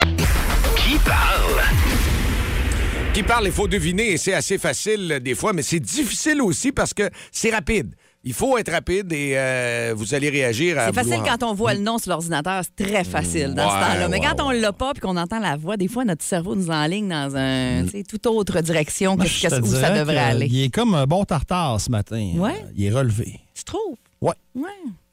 [SPEAKER 3] Qui parle? Qui parle, il faut deviner, et c'est assez facile euh, des fois, mais c'est difficile aussi parce que c'est rapide. Il faut être rapide et euh, vous allez réagir à...
[SPEAKER 4] C'est facile
[SPEAKER 3] vouloir-
[SPEAKER 4] quand on voit le nom sur l'ordinateur, c'est très facile dans
[SPEAKER 3] Ouais,
[SPEAKER 4] ce temps-là. Mais
[SPEAKER 3] ouais,
[SPEAKER 4] quand on l'a pas puis qu'on entend la voix, des fois notre cerveau nous enligne dans un, tu sais, toute autre direction que,
[SPEAKER 5] Je
[SPEAKER 4] que-
[SPEAKER 5] te
[SPEAKER 4] où ça
[SPEAKER 5] dirais
[SPEAKER 4] devrait
[SPEAKER 5] que
[SPEAKER 4] aller.
[SPEAKER 5] Il est comme un bon tartare ce matin.
[SPEAKER 4] Ouais.
[SPEAKER 5] Euh, Il est relevé.
[SPEAKER 4] Tu trouves?
[SPEAKER 5] Ouais.
[SPEAKER 4] Ouais.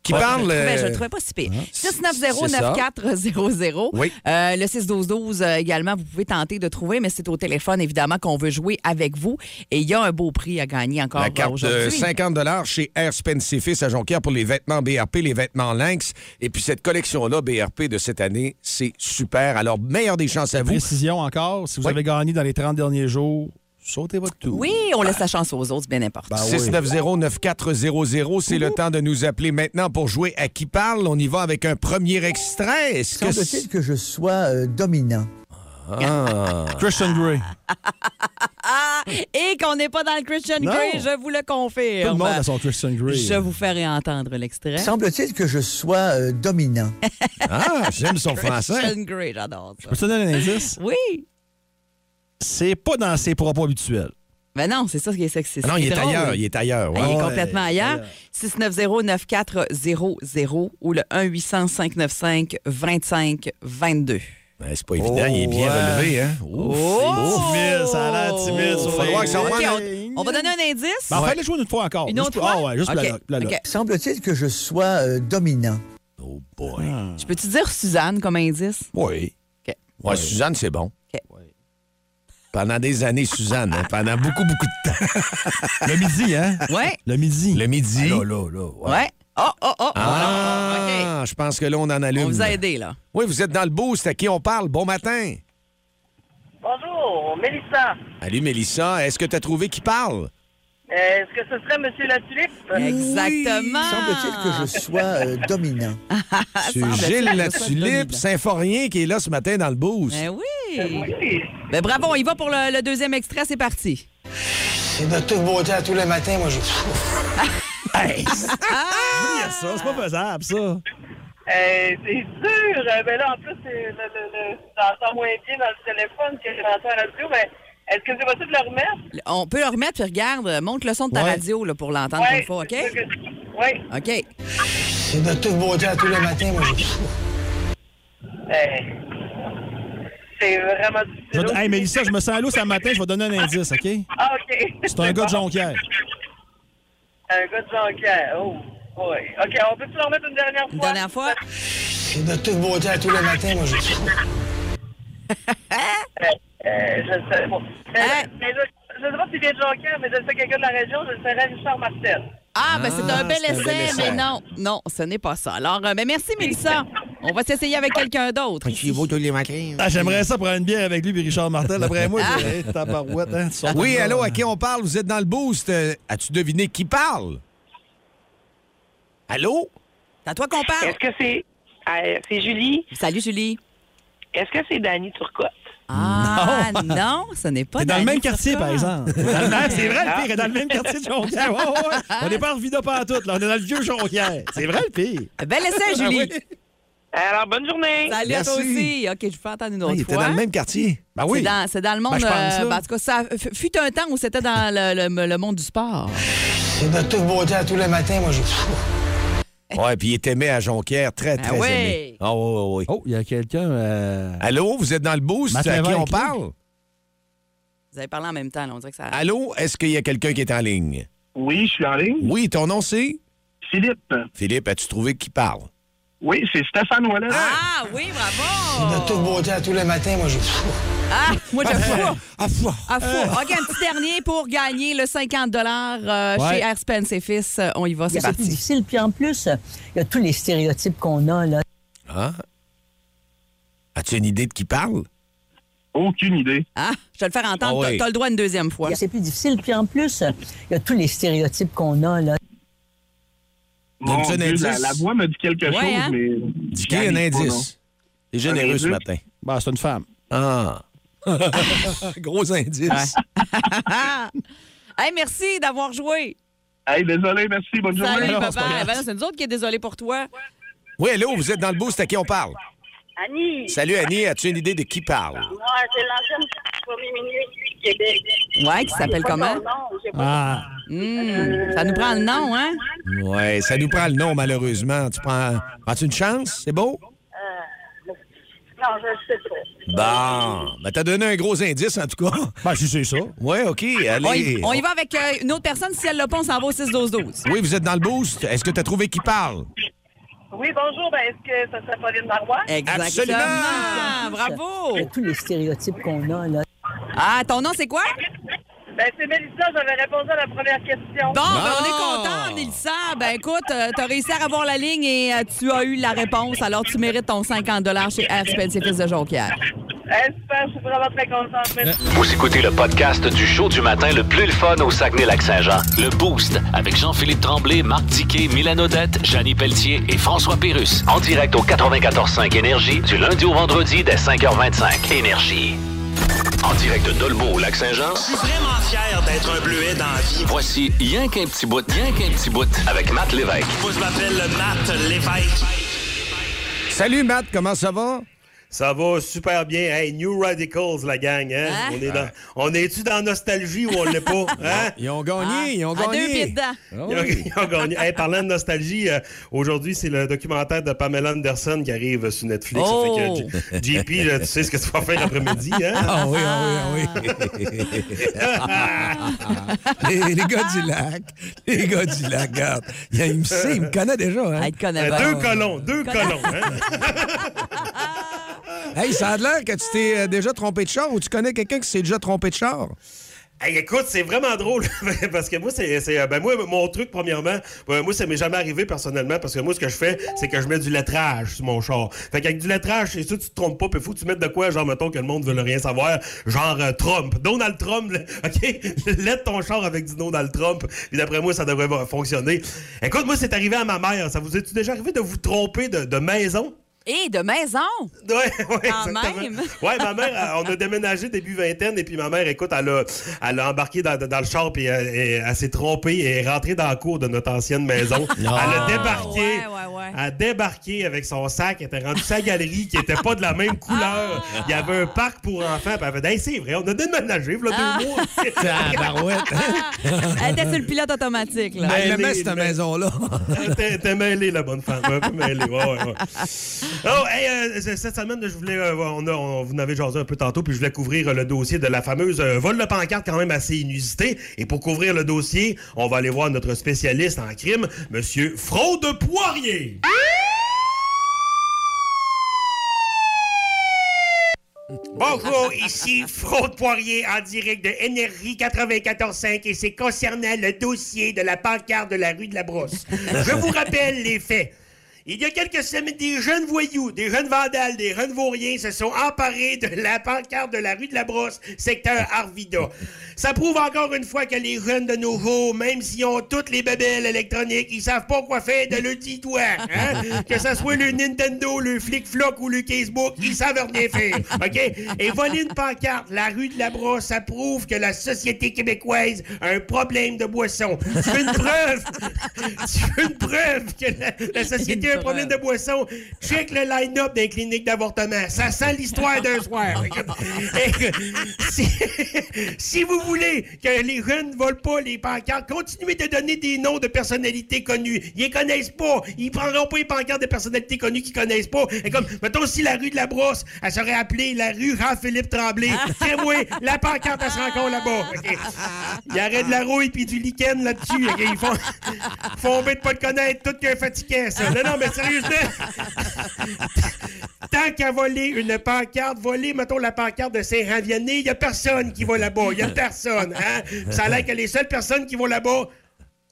[SPEAKER 5] Qui
[SPEAKER 4] Ouais,
[SPEAKER 5] parle,
[SPEAKER 4] Je le trouvais, je
[SPEAKER 5] euh,
[SPEAKER 4] le trouvais pas si pire.
[SPEAKER 5] hein?
[SPEAKER 4] 690-9400.
[SPEAKER 5] Oui.
[SPEAKER 4] Euh, le 612-12 euh, également, vous pouvez tenter de trouver, mais c'est au téléphone, évidemment, qu'on veut jouer avec vous. Et il y a un beau prix à gagner encore
[SPEAKER 3] La
[SPEAKER 4] euh,
[SPEAKER 3] carte de
[SPEAKER 4] aujourd'hui.
[SPEAKER 3] 50 chez Air Specifis à Jonquière pour les vêtements BRP, les vêtements Lynx. Et puis cette collection-là, BRP de cette année, c'est super. Alors, meilleure des chances à vous.
[SPEAKER 5] Précision encore, si vous avez gagné dans les 30 derniers jours, sautez votre tour. Ben
[SPEAKER 4] Oui, on laisse la chance aux autres, bien importe.
[SPEAKER 5] Ah
[SPEAKER 3] 690-9400, c'est le temps de nous appeler maintenant pour jouer à qui parle. On y va avec un premier extrait. Est-ce que
[SPEAKER 12] Semble-t-il que je sois euh, dominant.
[SPEAKER 5] Christian Grey.
[SPEAKER 4] Ah, et qu'on n'est pas dans le Christian
[SPEAKER 12] Non.
[SPEAKER 4] Grey, je vous le confirme.
[SPEAKER 12] Tout le monde a son Christian Grey.
[SPEAKER 4] Je vous ferai entendre l'extrait.
[SPEAKER 12] Semble-t-il que je sois euh, dominant.
[SPEAKER 3] Ah, j'aime son
[SPEAKER 4] Christian Grey, j'adore ça.
[SPEAKER 5] Peux-tu te donner un indice?
[SPEAKER 4] Oui.
[SPEAKER 5] C'est pas dans ses propos habituels.
[SPEAKER 4] Mais Ben non, c'est ça qui est sexiste.
[SPEAKER 5] Non, il est ailleurs, il
[SPEAKER 3] Ah est ailleurs.
[SPEAKER 4] Ah, il est
[SPEAKER 5] ouais.
[SPEAKER 4] complètement ailleurs. 690-9400 ou le 1-800-595-2522.
[SPEAKER 3] Ben, c'est pas évident, il est bien relevé, hein? Ouf.
[SPEAKER 4] Oh!
[SPEAKER 5] Timide, ça a l'air timide. Ah, sur
[SPEAKER 3] Faut
[SPEAKER 5] les-
[SPEAKER 3] voir que ça
[SPEAKER 4] Ok,
[SPEAKER 3] reprend-
[SPEAKER 4] on, on va donner un indice.
[SPEAKER 5] Ben, fallait jouer une autre fois encore.
[SPEAKER 4] Une
[SPEAKER 5] Juste
[SPEAKER 4] autre
[SPEAKER 5] pour-
[SPEAKER 4] fois?
[SPEAKER 5] Ah ouais, juste pour la
[SPEAKER 4] Ok,
[SPEAKER 5] loque, pour la loque.
[SPEAKER 4] ok.
[SPEAKER 12] Semble-t-il que je sois euh, dominant.
[SPEAKER 4] Je peux-tu dire Suzanne comme indice?
[SPEAKER 3] Ah. Oui.
[SPEAKER 4] OK.
[SPEAKER 3] Ouais, Suzanne, c'est bon. Pendant des années, Suzanne, hein, pendant beaucoup, beaucoup de temps.
[SPEAKER 5] Le midi, hein?
[SPEAKER 4] Ouais.
[SPEAKER 5] Le midi.
[SPEAKER 3] Le midi.
[SPEAKER 5] Ah, là, là, là,
[SPEAKER 4] Ouais. Oh, oh, oh.
[SPEAKER 3] Ah, je pense que là, on en allume.
[SPEAKER 4] On vous a aidé, là.
[SPEAKER 3] Oui, vous êtes dans le boost. À qui on parle? Bon matin.
[SPEAKER 11] Bonjour, Mélissa.
[SPEAKER 3] Allez, Mélissa, est-ce que tu as trouvé qui parle?
[SPEAKER 11] Euh, Est-ce que ce serait Monsieur La Tulipe?
[SPEAKER 4] Ah.
[SPEAKER 12] Semble-t-il que je sois euh, dominant.
[SPEAKER 3] C'est Gilles Latulipe, Symphorien, qui est là ce matin dans le boost.
[SPEAKER 4] Ben oui. Ben bravo, on y va pour le, le deuxième extrait, c'est parti.
[SPEAKER 13] C'est de toute beauté à tous les matins, moi, je...
[SPEAKER 5] Hey! ça, c'est pas faisable, ça.
[SPEAKER 11] Euh, c'est dur. euh, Ben là, en plus, c'est- le- le- le- j'entends moins bien dans le téléphone que j'entends à la radio, mais est-ce que c'est possible de le remettre?
[SPEAKER 4] On peut le remettre, puis regarde, euh, monte le son de ta
[SPEAKER 11] Ouais.
[SPEAKER 4] radio là, pour l'entendre
[SPEAKER 11] Ouais,
[SPEAKER 4] une fois, OK?
[SPEAKER 11] c'est ça que-
[SPEAKER 7] Oui.
[SPEAKER 4] OK.
[SPEAKER 13] C'est de toute beauté à tous les matins, moi, je
[SPEAKER 11] Eh, C'est vraiment
[SPEAKER 5] Je vais te- Hey, Mélissa, je me sens à l'eau ce matin, je vais te donner un indice, OK?
[SPEAKER 11] Ah, OK.
[SPEAKER 5] C'est un gars de
[SPEAKER 11] bon.
[SPEAKER 5] Jonquière.
[SPEAKER 11] Un gars de Jonquière. Oh, boy. OK, on peut-tu leur mettre une dernière fois? Une dernière
[SPEAKER 4] fois?
[SPEAKER 13] C'est de toute beauté à tous les matins, moi, je
[SPEAKER 11] Euh, je sais pas. Mais, mais je, je sais pas si c'est de Jonquière, mais je sais quelqu'un de la région, je le serais Richard Martel.
[SPEAKER 4] Ah, ben c'est un bel
[SPEAKER 11] c'est un
[SPEAKER 4] essai,
[SPEAKER 11] bel essai.
[SPEAKER 4] mais non, non, ce n'est pas ça. Alors, euh, ben merci, Mélissa. On va s'essayer avec quelqu'un d'autre.
[SPEAKER 5] tous les matins. Ah, J'aimerais ça prendre une bière avec lui et Richard Martel. Après moi, je hey, tabarouette, hein, tu sors
[SPEAKER 3] Oui,
[SPEAKER 5] de là,
[SPEAKER 3] allô,
[SPEAKER 5] hein.
[SPEAKER 3] à qui on parle? Vous êtes dans le boost. Euh, As-tu deviné qui parle? Allô?
[SPEAKER 4] C'est à toi qu'on parle.
[SPEAKER 11] Est-ce que c'est. euh, c'est Julie.
[SPEAKER 4] Salut, Julie.
[SPEAKER 11] Est-ce que c'est Danny Turcotte?
[SPEAKER 4] Ah, non, ce n'est pas
[SPEAKER 5] T'es dans le
[SPEAKER 4] Dany
[SPEAKER 5] même quartier, par
[SPEAKER 4] Turcotte.
[SPEAKER 5] exemple. Dans le même- c'est vrai,
[SPEAKER 11] Ah.
[SPEAKER 5] le pire, est dans le même quartier de Jonquière. Ouais, ouais, ouais. On n'est pas en Vida pas à tout, là. Ah, On est dans le vieux Jonquière. C'est vrai, le pire.
[SPEAKER 4] Bel essai, Julie.
[SPEAKER 11] Alors, bonne journée.
[SPEAKER 4] Salut à toi
[SPEAKER 5] Merci. Ah,
[SPEAKER 4] aussi. OK, je peux entendre une autre
[SPEAKER 3] Ah, il était
[SPEAKER 4] fois.
[SPEAKER 3] dans le même quartier. Ben
[SPEAKER 4] C'est dans, c'est dans le monde.
[SPEAKER 3] Ben, je pense,
[SPEAKER 4] euh,
[SPEAKER 3] là.
[SPEAKER 4] ben, en tout cas, ça f- fut un temps où c'était dans le, le- le monde du sport.
[SPEAKER 13] C'est de toute beauté à tous les matins, moi, je
[SPEAKER 3] Ouais, puis il est aimé à Jonquière, très,
[SPEAKER 4] Ben
[SPEAKER 3] très
[SPEAKER 13] ouais.
[SPEAKER 3] aimé. Oh, oui, oui, oui.
[SPEAKER 5] Oh, il y a quelqu'un. euh,
[SPEAKER 3] Allô, vous êtes dans le boost?
[SPEAKER 5] Matt
[SPEAKER 3] à qui on
[SPEAKER 5] Lévesque, là.
[SPEAKER 3] parle?
[SPEAKER 4] Vous avez parlé en même temps, là, on dirait que ça.
[SPEAKER 3] Allô, est-ce qu'il y a quelqu'un qui est en ligne?
[SPEAKER 14] Oui, je suis en ligne.
[SPEAKER 3] Oui, ton nom c'est?
[SPEAKER 14] Philippe.
[SPEAKER 3] Philippe, as-tu trouvé qui parle?
[SPEAKER 14] Oui, c'est Stéphane Wallet.
[SPEAKER 4] Ah oui, bravo!
[SPEAKER 13] C'est
[SPEAKER 3] Ah!
[SPEAKER 13] de toute beauté à tous les matins, moi, je
[SPEAKER 4] Ah, moi, je
[SPEAKER 13] Ah,
[SPEAKER 4] fous.
[SPEAKER 3] À foi.
[SPEAKER 4] À fou.
[SPEAKER 11] Euh.
[SPEAKER 4] OK, un petit dernier pour gagner le 50 euh,
[SPEAKER 15] Ouais.
[SPEAKER 4] chez Air Spence et Fils. Euh, On y va, c'est
[SPEAKER 15] C'est plus
[SPEAKER 4] parti.
[SPEAKER 15] difficile. Puis en plus, euh, il y a tous les stéréotypes qu'on a, là.
[SPEAKER 3] Ah? As-tu une idée de qui parle?
[SPEAKER 14] Aucune idée.
[SPEAKER 4] Ah, je vais le faire entendre.
[SPEAKER 15] Ah oui.
[SPEAKER 4] T'as- T'as le droit à une deuxième fois.
[SPEAKER 15] C'est plus difficile. Puis en plus, euh, il y a tous les stéréotypes qu'on a, là.
[SPEAKER 14] Mon
[SPEAKER 3] Donne-tu un
[SPEAKER 14] Dieu,
[SPEAKER 3] indice?
[SPEAKER 14] la, la voix me dit quelque
[SPEAKER 3] Ouais,
[SPEAKER 14] chose,
[SPEAKER 3] hein?
[SPEAKER 14] mais.
[SPEAKER 3] Dis qui un
[SPEAKER 14] j'arrive pas, non.
[SPEAKER 3] indice? T'es généreux ce
[SPEAKER 14] indice?
[SPEAKER 3] matin.
[SPEAKER 5] Ben, c'est une femme.
[SPEAKER 3] Ah. Gros indice.
[SPEAKER 4] Hey, merci d'avoir joué.
[SPEAKER 14] Hey, désolé, merci. Bonne journée.
[SPEAKER 4] Salut,
[SPEAKER 3] Non,
[SPEAKER 4] papa.
[SPEAKER 3] c'est pas grave.
[SPEAKER 4] Eh ben, c'est nous autres qui est désolé pour toi.
[SPEAKER 3] Oui, allô, vous êtes dans le boost, à qui on parle?
[SPEAKER 7] Annie.
[SPEAKER 3] Salut Annie, as-tu une idée de qui parle?
[SPEAKER 7] Moi,
[SPEAKER 11] Ah,
[SPEAKER 7] c'est l'ancienne premier ministre du Québec.
[SPEAKER 4] Ouais, qui s'appelle
[SPEAKER 7] j'ai pas
[SPEAKER 4] comment?
[SPEAKER 7] son nom, j'ai pas
[SPEAKER 3] Ah.
[SPEAKER 11] Euh,
[SPEAKER 4] Hmm, ça nous prend le nom, hein?
[SPEAKER 3] Ouais, ça nous prend le nom, malheureusement. Tu prends. As-tu une chance? C'est beau?
[SPEAKER 11] Euh,
[SPEAKER 7] son- Non, je ne sais pas.
[SPEAKER 3] Bon. Ben, t'as donné un gros indice, en tout cas. Ben, je sais ça. Ouais, OK.
[SPEAKER 4] On y,
[SPEAKER 3] Allez.
[SPEAKER 4] on y va avec euh, une autre personne. Si elle le pas, on s'en va au 6-12-12.
[SPEAKER 3] Oui, vous êtes dans le boost. Est-ce que t'as trouvé qui parle?
[SPEAKER 11] Oui, bonjour. Ben, est-ce que ça serait Pauline Marois?
[SPEAKER 4] Bravo!
[SPEAKER 15] Il y a tous les stéréotypes qu'on a, là.
[SPEAKER 4] Ah, ton nom, c'est quoi?
[SPEAKER 11] Ben, c'est Mélissa, j'avais répondu à la première question.
[SPEAKER 4] Bon, ben, on est content, Mélissa. Ben écoute, euh, t'as réussi à avoir la ligne et euh, tu as eu la réponse. Alors tu mérites ton 50 chez Air Spence et Fils de Jonquière.
[SPEAKER 11] Eh, super, je suis vraiment très contente. Merci.
[SPEAKER 2] Vous écoutez le podcast du show du matin le plus le fun au Saguenay-Lac-Saint-Jean. Le Boost avec Jean-Philippe Tremblay, Marc Diquet, Milan Odette, Janine Pelletier et François Pérus. En direct au 94.5 Énergie du lundi au vendredi dès 5h25. Énergie. En direct de Dolbeau au Lac-Saint-Jean.
[SPEAKER 16] Je suis vraiment fier d'être un bleuet dans la vie.
[SPEAKER 2] Voici Rien qu'un petit bout, rien qu'un petit bout avec Matt Lévesque.
[SPEAKER 16] Moi, je m'appelle le Matt Lévesque.
[SPEAKER 3] Salut Matt, comment ça va?
[SPEAKER 17] Ça va super bien. Hey, New Radicals, la gang. Hein?
[SPEAKER 3] Hein?
[SPEAKER 17] On est dans, on est-tu dans Nostalgie ou on l'est pas? Hein?
[SPEAKER 3] Ils ont gagné, Ah ils ont
[SPEAKER 17] à gagné. deux pieds
[SPEAKER 4] dedans.
[SPEAKER 17] Ils ont- ils ont gagné. Hey, parlant de nostalgie, euh, aujourd'hui, c'est le documentaire de Pamela Anderson qui arrive sur Netflix. Ça
[SPEAKER 3] Oh!
[SPEAKER 17] fait que, J- JP, là, tu sais ce que tu vas faire l'après-midi. Hein?
[SPEAKER 3] Ah oui, ah oui, ah oui. les, les gars du
[SPEAKER 4] Ah.
[SPEAKER 3] lac, les gars du lac, regarde. Il, il me sait, il me connaît déjà. Hein?
[SPEAKER 4] Ah, Il connaît
[SPEAKER 17] Euh, deux colons, deux colons. hein?
[SPEAKER 3] Hey, ça a l'air que tu t'es euh, déjà trompé de char ou tu connais quelqu'un qui s'est déjà trompé de char.
[SPEAKER 17] Hey, écoute, c'est vraiment drôle parce que moi, c'est, c'est- ben moi, mon truc premièrement, ben, moi, ça m'est jamais arrivé personnellement parce que moi, ce que je fais, c'est que je mets du lettrage sur mon char. Fait qu'avec du lettrage, c'est sûr, tu te trompes pas, puis faut que tu mettes de quoi, genre mettons que le monde veut le rien savoir, genre euh, Trump, Donald Trump, le- ok, lette ton char avec du Donald Trump. Puis d'après moi, ça devrait va- fonctionner. Écoute, moi, c'est arrivé à ma mère. Ça vous est-tu déjà arrivé de vous tromper de, de maison?
[SPEAKER 4] Et de maison.
[SPEAKER 17] Oui, oui,
[SPEAKER 4] Quand
[SPEAKER 17] exactement.
[SPEAKER 4] même.
[SPEAKER 17] Ouais, ma mère, euh, on a déménagé début vingtaine et puis ma mère, écoute, elle a, elle a embarqué dans, dans le char puis elle, elle- elle s'est trompée et est rentrée dans la cour de notre ancienne maison. elle a débarqué. Elle a débarqué avec son sac, elle était rendue sa galerie qui n'était pas de la même couleur. Il y avait un parc pour enfants, puis elle fait Hey, c'est vrai, on a déménagé, voilà
[SPEAKER 4] Ah.
[SPEAKER 17] deux mois.
[SPEAKER 4] Elle était sur le pilote automatique. Là.
[SPEAKER 17] Elle aimait cette maison-là. T'es t'es mêlée, la bonne femme. Un peu mêlée. Ouais, ouais, ouais. Oh, hey, euh, c- cette semaine, je voulais. euh, on a- on- vous en avez jasé un peu tantôt, puis je voulais couvrir euh, le dossier de la fameuse euh, vol de pancarte, quand même assez inusité. Et pour couvrir le dossier, on va aller voir notre spécialiste en crime, Monsieur Fraude
[SPEAKER 4] Ah!
[SPEAKER 17] Poirier.
[SPEAKER 18] Bonjour, ici Fraude Poirier en direct de Énergie 94.5 et c'est concernant le dossier de la pancarte de la rue de la Brosse. Je vous rappelle les faits. Il y a quelques semaines, des jeunes voyous, des jeunes vandales, des jeunes vauriens se sont emparés de la pancarte de la rue de la Brosse, secteur Arvida. Ça prouve encore une fois que les jeunes de nos jours, même s'ils ont toutes les babelles électroniques, ils savent pas quoi faire de leur petit doigt. hein? Que ça soit le Nintendo, le Flick-Flock ou le Facebook, ils savent rien faire. OK? Et voler une pancarte, la rue de la Brosse, ça prouve que la société québécoise a un problème de boisson. C'est une preuve tu veux une preuve que la, la société a un problème de boisson? Check le line-up des cliniques d'avortement. Ça sent l'histoire d'un
[SPEAKER 3] Ah,
[SPEAKER 18] soir. Et- si, si vous voulez que les jeunes ne volent pas les pancartes, continuez de donner des noms de personnalités connues. Ils les connaissent pas. Ils prendront pas les pancartes de personnalités connues qu'ils connaissent pas. Et comme, mettons, si la rue de la Brosse, elle serait appelée la rue Jean-Philippe Tremblay. Tiens-moi, la pancarte, elle se rencontre là-bas. OK. Il y aurait de la rouille puis du lichen là-dessus. OK, Ils font, font bien de pas te connaître, tout qu'un fatigué, ça. Non, non, mais sérieusement, tant qu'à voler une pancarte, voler, mettons, la pancarte de Saint-Ravianney, il n'y a personne qui va là-bas. Il n'y a personne. Hein? Ça a l'air que les seules personnes qui vont là-bas,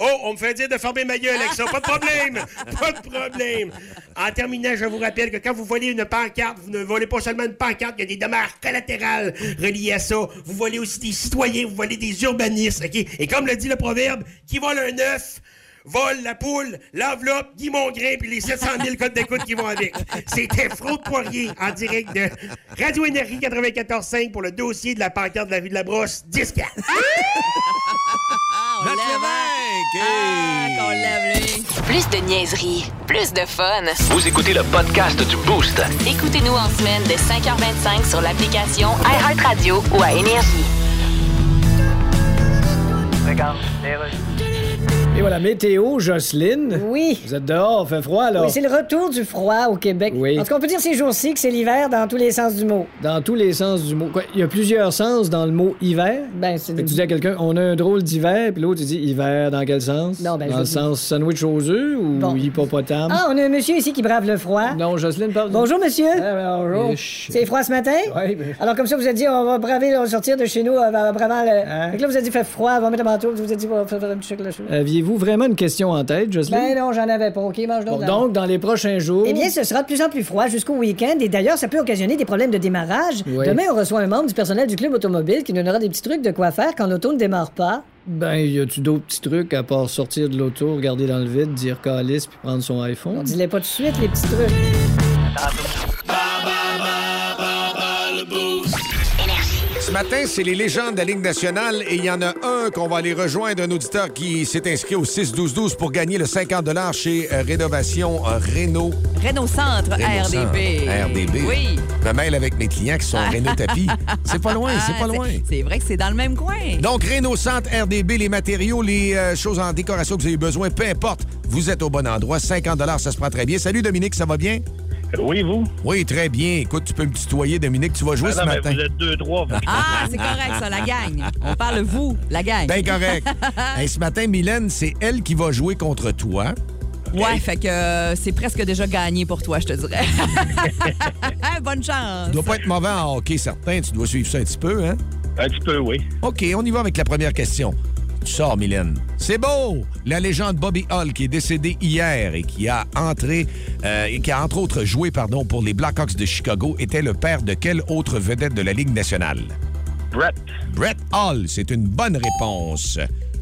[SPEAKER 18] Oh, on me fait dire de fermer ma gueule avec ça. Pas de problème! Pas de problème! En terminant, je vous rappelle que quand vous volez une pancarte, vous ne volez pas seulement une pancarte, il y a des dommages collatérales reliés à ça. Vous volez aussi des citoyens, vous volez des urbanistes, OK? Et comme le dit le proverbe, qui vole un œuf vole la poule, l'enveloppe, Guy Mongrain puis les 700 000 codes d'écoute qui vont avec. C'était Fraude Poirier en direct de Radio Énergie 94.5 pour le dossier de la pancarte de la rue de la Brosse, 10
[SPEAKER 4] Matt Lévesque! Ah, qu'on lève lui.
[SPEAKER 1] Plus de niaiserie, plus de fun.
[SPEAKER 2] Vous écoutez le podcast du Boost.
[SPEAKER 1] Écoutez-nous en semaine de 5h25 sur l'application iHeartRadio ou à Énergie.
[SPEAKER 9] Et voilà, météo, Jocelyne.
[SPEAKER 19] Oui.
[SPEAKER 9] Vous êtes dehors, fait froid, là.
[SPEAKER 19] Oui, c'est le retour du froid au Québec.
[SPEAKER 9] Oui.
[SPEAKER 19] En tout cas, on peut dire ces jours-ci que c'est l'hiver dans tous les sens du mot.
[SPEAKER 9] Dans tous les sens du mot. Quoi, Il y a plusieurs sens dans le mot hiver.
[SPEAKER 19] Ben, c'est...
[SPEAKER 9] Fait que tu dis à quelqu'un, on a un drôle d'hiver, puis l'autre, il dit hiver dans quel sens?
[SPEAKER 19] Non, ben, je
[SPEAKER 9] dans le
[SPEAKER 19] dis-
[SPEAKER 9] sens sandwich aux œufs ou hippopotame?
[SPEAKER 19] Ah, on a un monsieur ici qui brave le froid.
[SPEAKER 9] Non, Jocelyne, pardon.
[SPEAKER 19] Bonjour, monsieur.
[SPEAKER 9] bonjour.
[SPEAKER 19] C'est froid ce matin?
[SPEAKER 9] Oui, ben-
[SPEAKER 19] Alors, comme ça, vous avez dit, on va braver, on va sortir de chez nous, euh, va- vraiment. Le...
[SPEAKER 9] Hein?
[SPEAKER 19] Fait que là, vous avez dit, fait froid, on va mettre le manteau, puis vous avez dit, on va faire faire un petit choc là-dessus.
[SPEAKER 9] Aviez-vous vraiment une question en tête, Euh, Jocelyne?
[SPEAKER 19] Ben non, j'en avais pas. OK, mange
[SPEAKER 9] Bon,
[SPEAKER 19] donc. là.
[SPEAKER 9] donc, dans les prochains jours.
[SPEAKER 19] Eh bien, ce sera de plus en plus froid jusqu'au week-end et d'ailleurs, ça peut occasionner des problèmes de démarrage.
[SPEAKER 9] Oui.
[SPEAKER 19] Demain, on reçoit un membre du personnel du club automobile qui nous donnera des petits trucs de quoi faire quand l'auto ne démarre pas.
[SPEAKER 9] Ben, y a-tu d'autres petits trucs à part sortir de l'auto, regarder dans le vide, dire calice puis prendre son iPhone?
[SPEAKER 19] On dit les pas tout de suite, les petits trucs.
[SPEAKER 3] Ce matin, c'est les légendes de la Ligue nationale et il y en a un qu'on va aller rejoindre, un auditeur qui s'est inscrit au 6-12-12 pour gagner le 50 chez euh, Rénovation euh, Réno.
[SPEAKER 4] Renault Centre,
[SPEAKER 3] Réno Centre.
[SPEAKER 4] RDB.
[SPEAKER 3] RDB.
[SPEAKER 4] Oui.
[SPEAKER 3] Je me mêle avec mes clients qui sont Réno Tapis. C'est pas loin, c'est
[SPEAKER 4] Ah,
[SPEAKER 3] pas loin.
[SPEAKER 4] C'est vrai que c'est dans le même coin.
[SPEAKER 3] Donc, Réno Centre, RDB, les matériaux, les euh, choses en décoration que vous avez besoin, peu importe, vous êtes au bon endroit. 50 ça se prend très bien. Salut Dominique, ça va bien?
[SPEAKER 14] Oui, vous?
[SPEAKER 3] Oui, très bien. Écoute, tu peux me tutoyer, Dominique, tu vas jouer
[SPEAKER 14] Ah non,
[SPEAKER 3] ce
[SPEAKER 14] mais
[SPEAKER 3] matin.
[SPEAKER 14] vous êtes deux, trois. vous.
[SPEAKER 4] Ah, c'est correct, ça, la gang. On parle de vous, la gang.
[SPEAKER 3] Ben correct. Hey, ce matin, Mylène, c'est elle qui va jouer contre toi.
[SPEAKER 4] Ouais, fait que euh, c'est presque déjà gagné pour toi, je te dirais. Bonne chance.
[SPEAKER 3] Tu dois pas être mauvais en hockey, certain. Tu dois suivre ça un petit peu, hein?
[SPEAKER 14] Un petit peu, oui.
[SPEAKER 3] OK, on y va avec la première question. Tu sors, Mylène. C'est beau! La légende Bobby Hall, qui est décédé hier et qui a entré, euh, et qui a entre autres joué pardon, pour les Blackhawks de Chicago, était le père de quelle autre vedette de la Ligue nationale?
[SPEAKER 14] Brett.
[SPEAKER 3] Brett Hall, c'est une bonne réponse.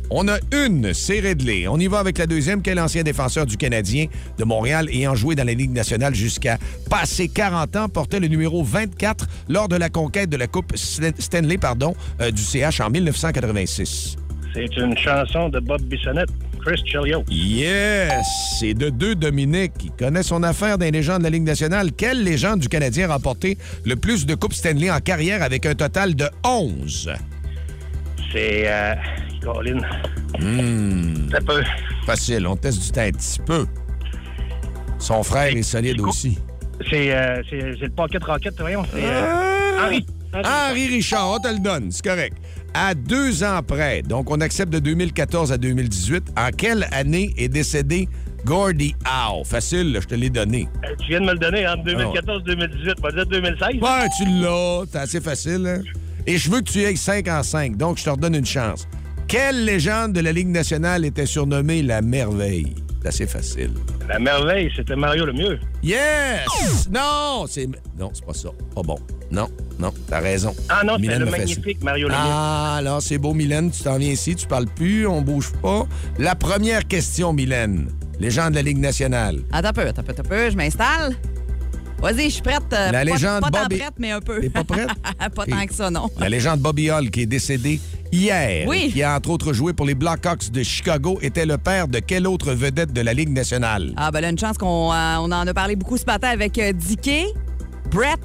[SPEAKER 3] On a une, c'est Ridley. On y va avec la deuxième, quel ancien défenseur du Canadien de Montréal ayant joué dans la Ligue nationale jusqu'à passer 40 ans portait le numéro 24 lors de la conquête de la Coupe Sle- Stanley pardon, euh, du CH en 1986.
[SPEAKER 14] C'est une chanson de Bob Bissonnette, Chris Chelios.
[SPEAKER 3] Yes! C'est de deux Dominique qui connaît son affaire d'un légende de la Ligue nationale. Quelle légende du Canadien a remporté le plus de Coupes Stanley en carrière avec un total de 11?
[SPEAKER 14] C'est. Euh, Colin.
[SPEAKER 3] Très peu. Hmm. Facile, on teste du temps un petit peu. Son frère est solide aussi.
[SPEAKER 14] C'est euh, c'est- c'est le Pocket Rocket, voyons. C'est.
[SPEAKER 17] Ah!
[SPEAKER 14] euh, Henry.
[SPEAKER 3] Henri Richard, on te le donne, c'est correct. À deux ans près, donc on accepte de 2014 à 2018, en quelle année est décédé Gordie Howe? Facile, là, je te l'ai donné.
[SPEAKER 14] Euh, Tu viens de me le donner
[SPEAKER 17] Ah
[SPEAKER 14] entre 2014-2018. On va dire 2016.
[SPEAKER 3] Ouais, Ben, tu l'as, c'est assez facile. hein? Et je veux que tu ailles 5 en 5, donc je te redonne une chance. Quelle légende de la Ligue nationale était surnommée la merveille? C'est assez facile.
[SPEAKER 14] La merveille, c'était Mario le mieux.
[SPEAKER 3] Yes! Non, c'est. Non, c'est pas ça. Pas bon. Non, non, t'as raison.
[SPEAKER 14] Ah non, c'est
[SPEAKER 3] Mylène
[SPEAKER 14] le
[SPEAKER 3] me fait signe.
[SPEAKER 14] magnifique Mario Lemieux.
[SPEAKER 3] Ah, alors c'est beau, Mylène, tu t'en viens ici, tu parles plus, on bouge pas. La première question, Mylène. Légende de la Ligue nationale.
[SPEAKER 4] Attends un peu, attends un peu, attends un peu, je m'installe. Vas-y, je suis prête. euh,
[SPEAKER 3] La
[SPEAKER 4] pas-
[SPEAKER 3] légende
[SPEAKER 4] Pas, tant
[SPEAKER 3] Bob est-
[SPEAKER 4] prête, mais un peu.
[SPEAKER 3] T'es pas prête?
[SPEAKER 4] pas tant que ça, non.
[SPEAKER 3] La légende Bobby Hall, qui est décédé hier,
[SPEAKER 4] Oui.
[SPEAKER 3] et qui a entre autres joué pour les Blackhawks de Chicago, était le père de quelle autre vedette de la Ligue nationale?
[SPEAKER 4] Ah, ben là, une chance qu'on euh, on en a parlé beaucoup ce matin avec euh, Dicky, Brett.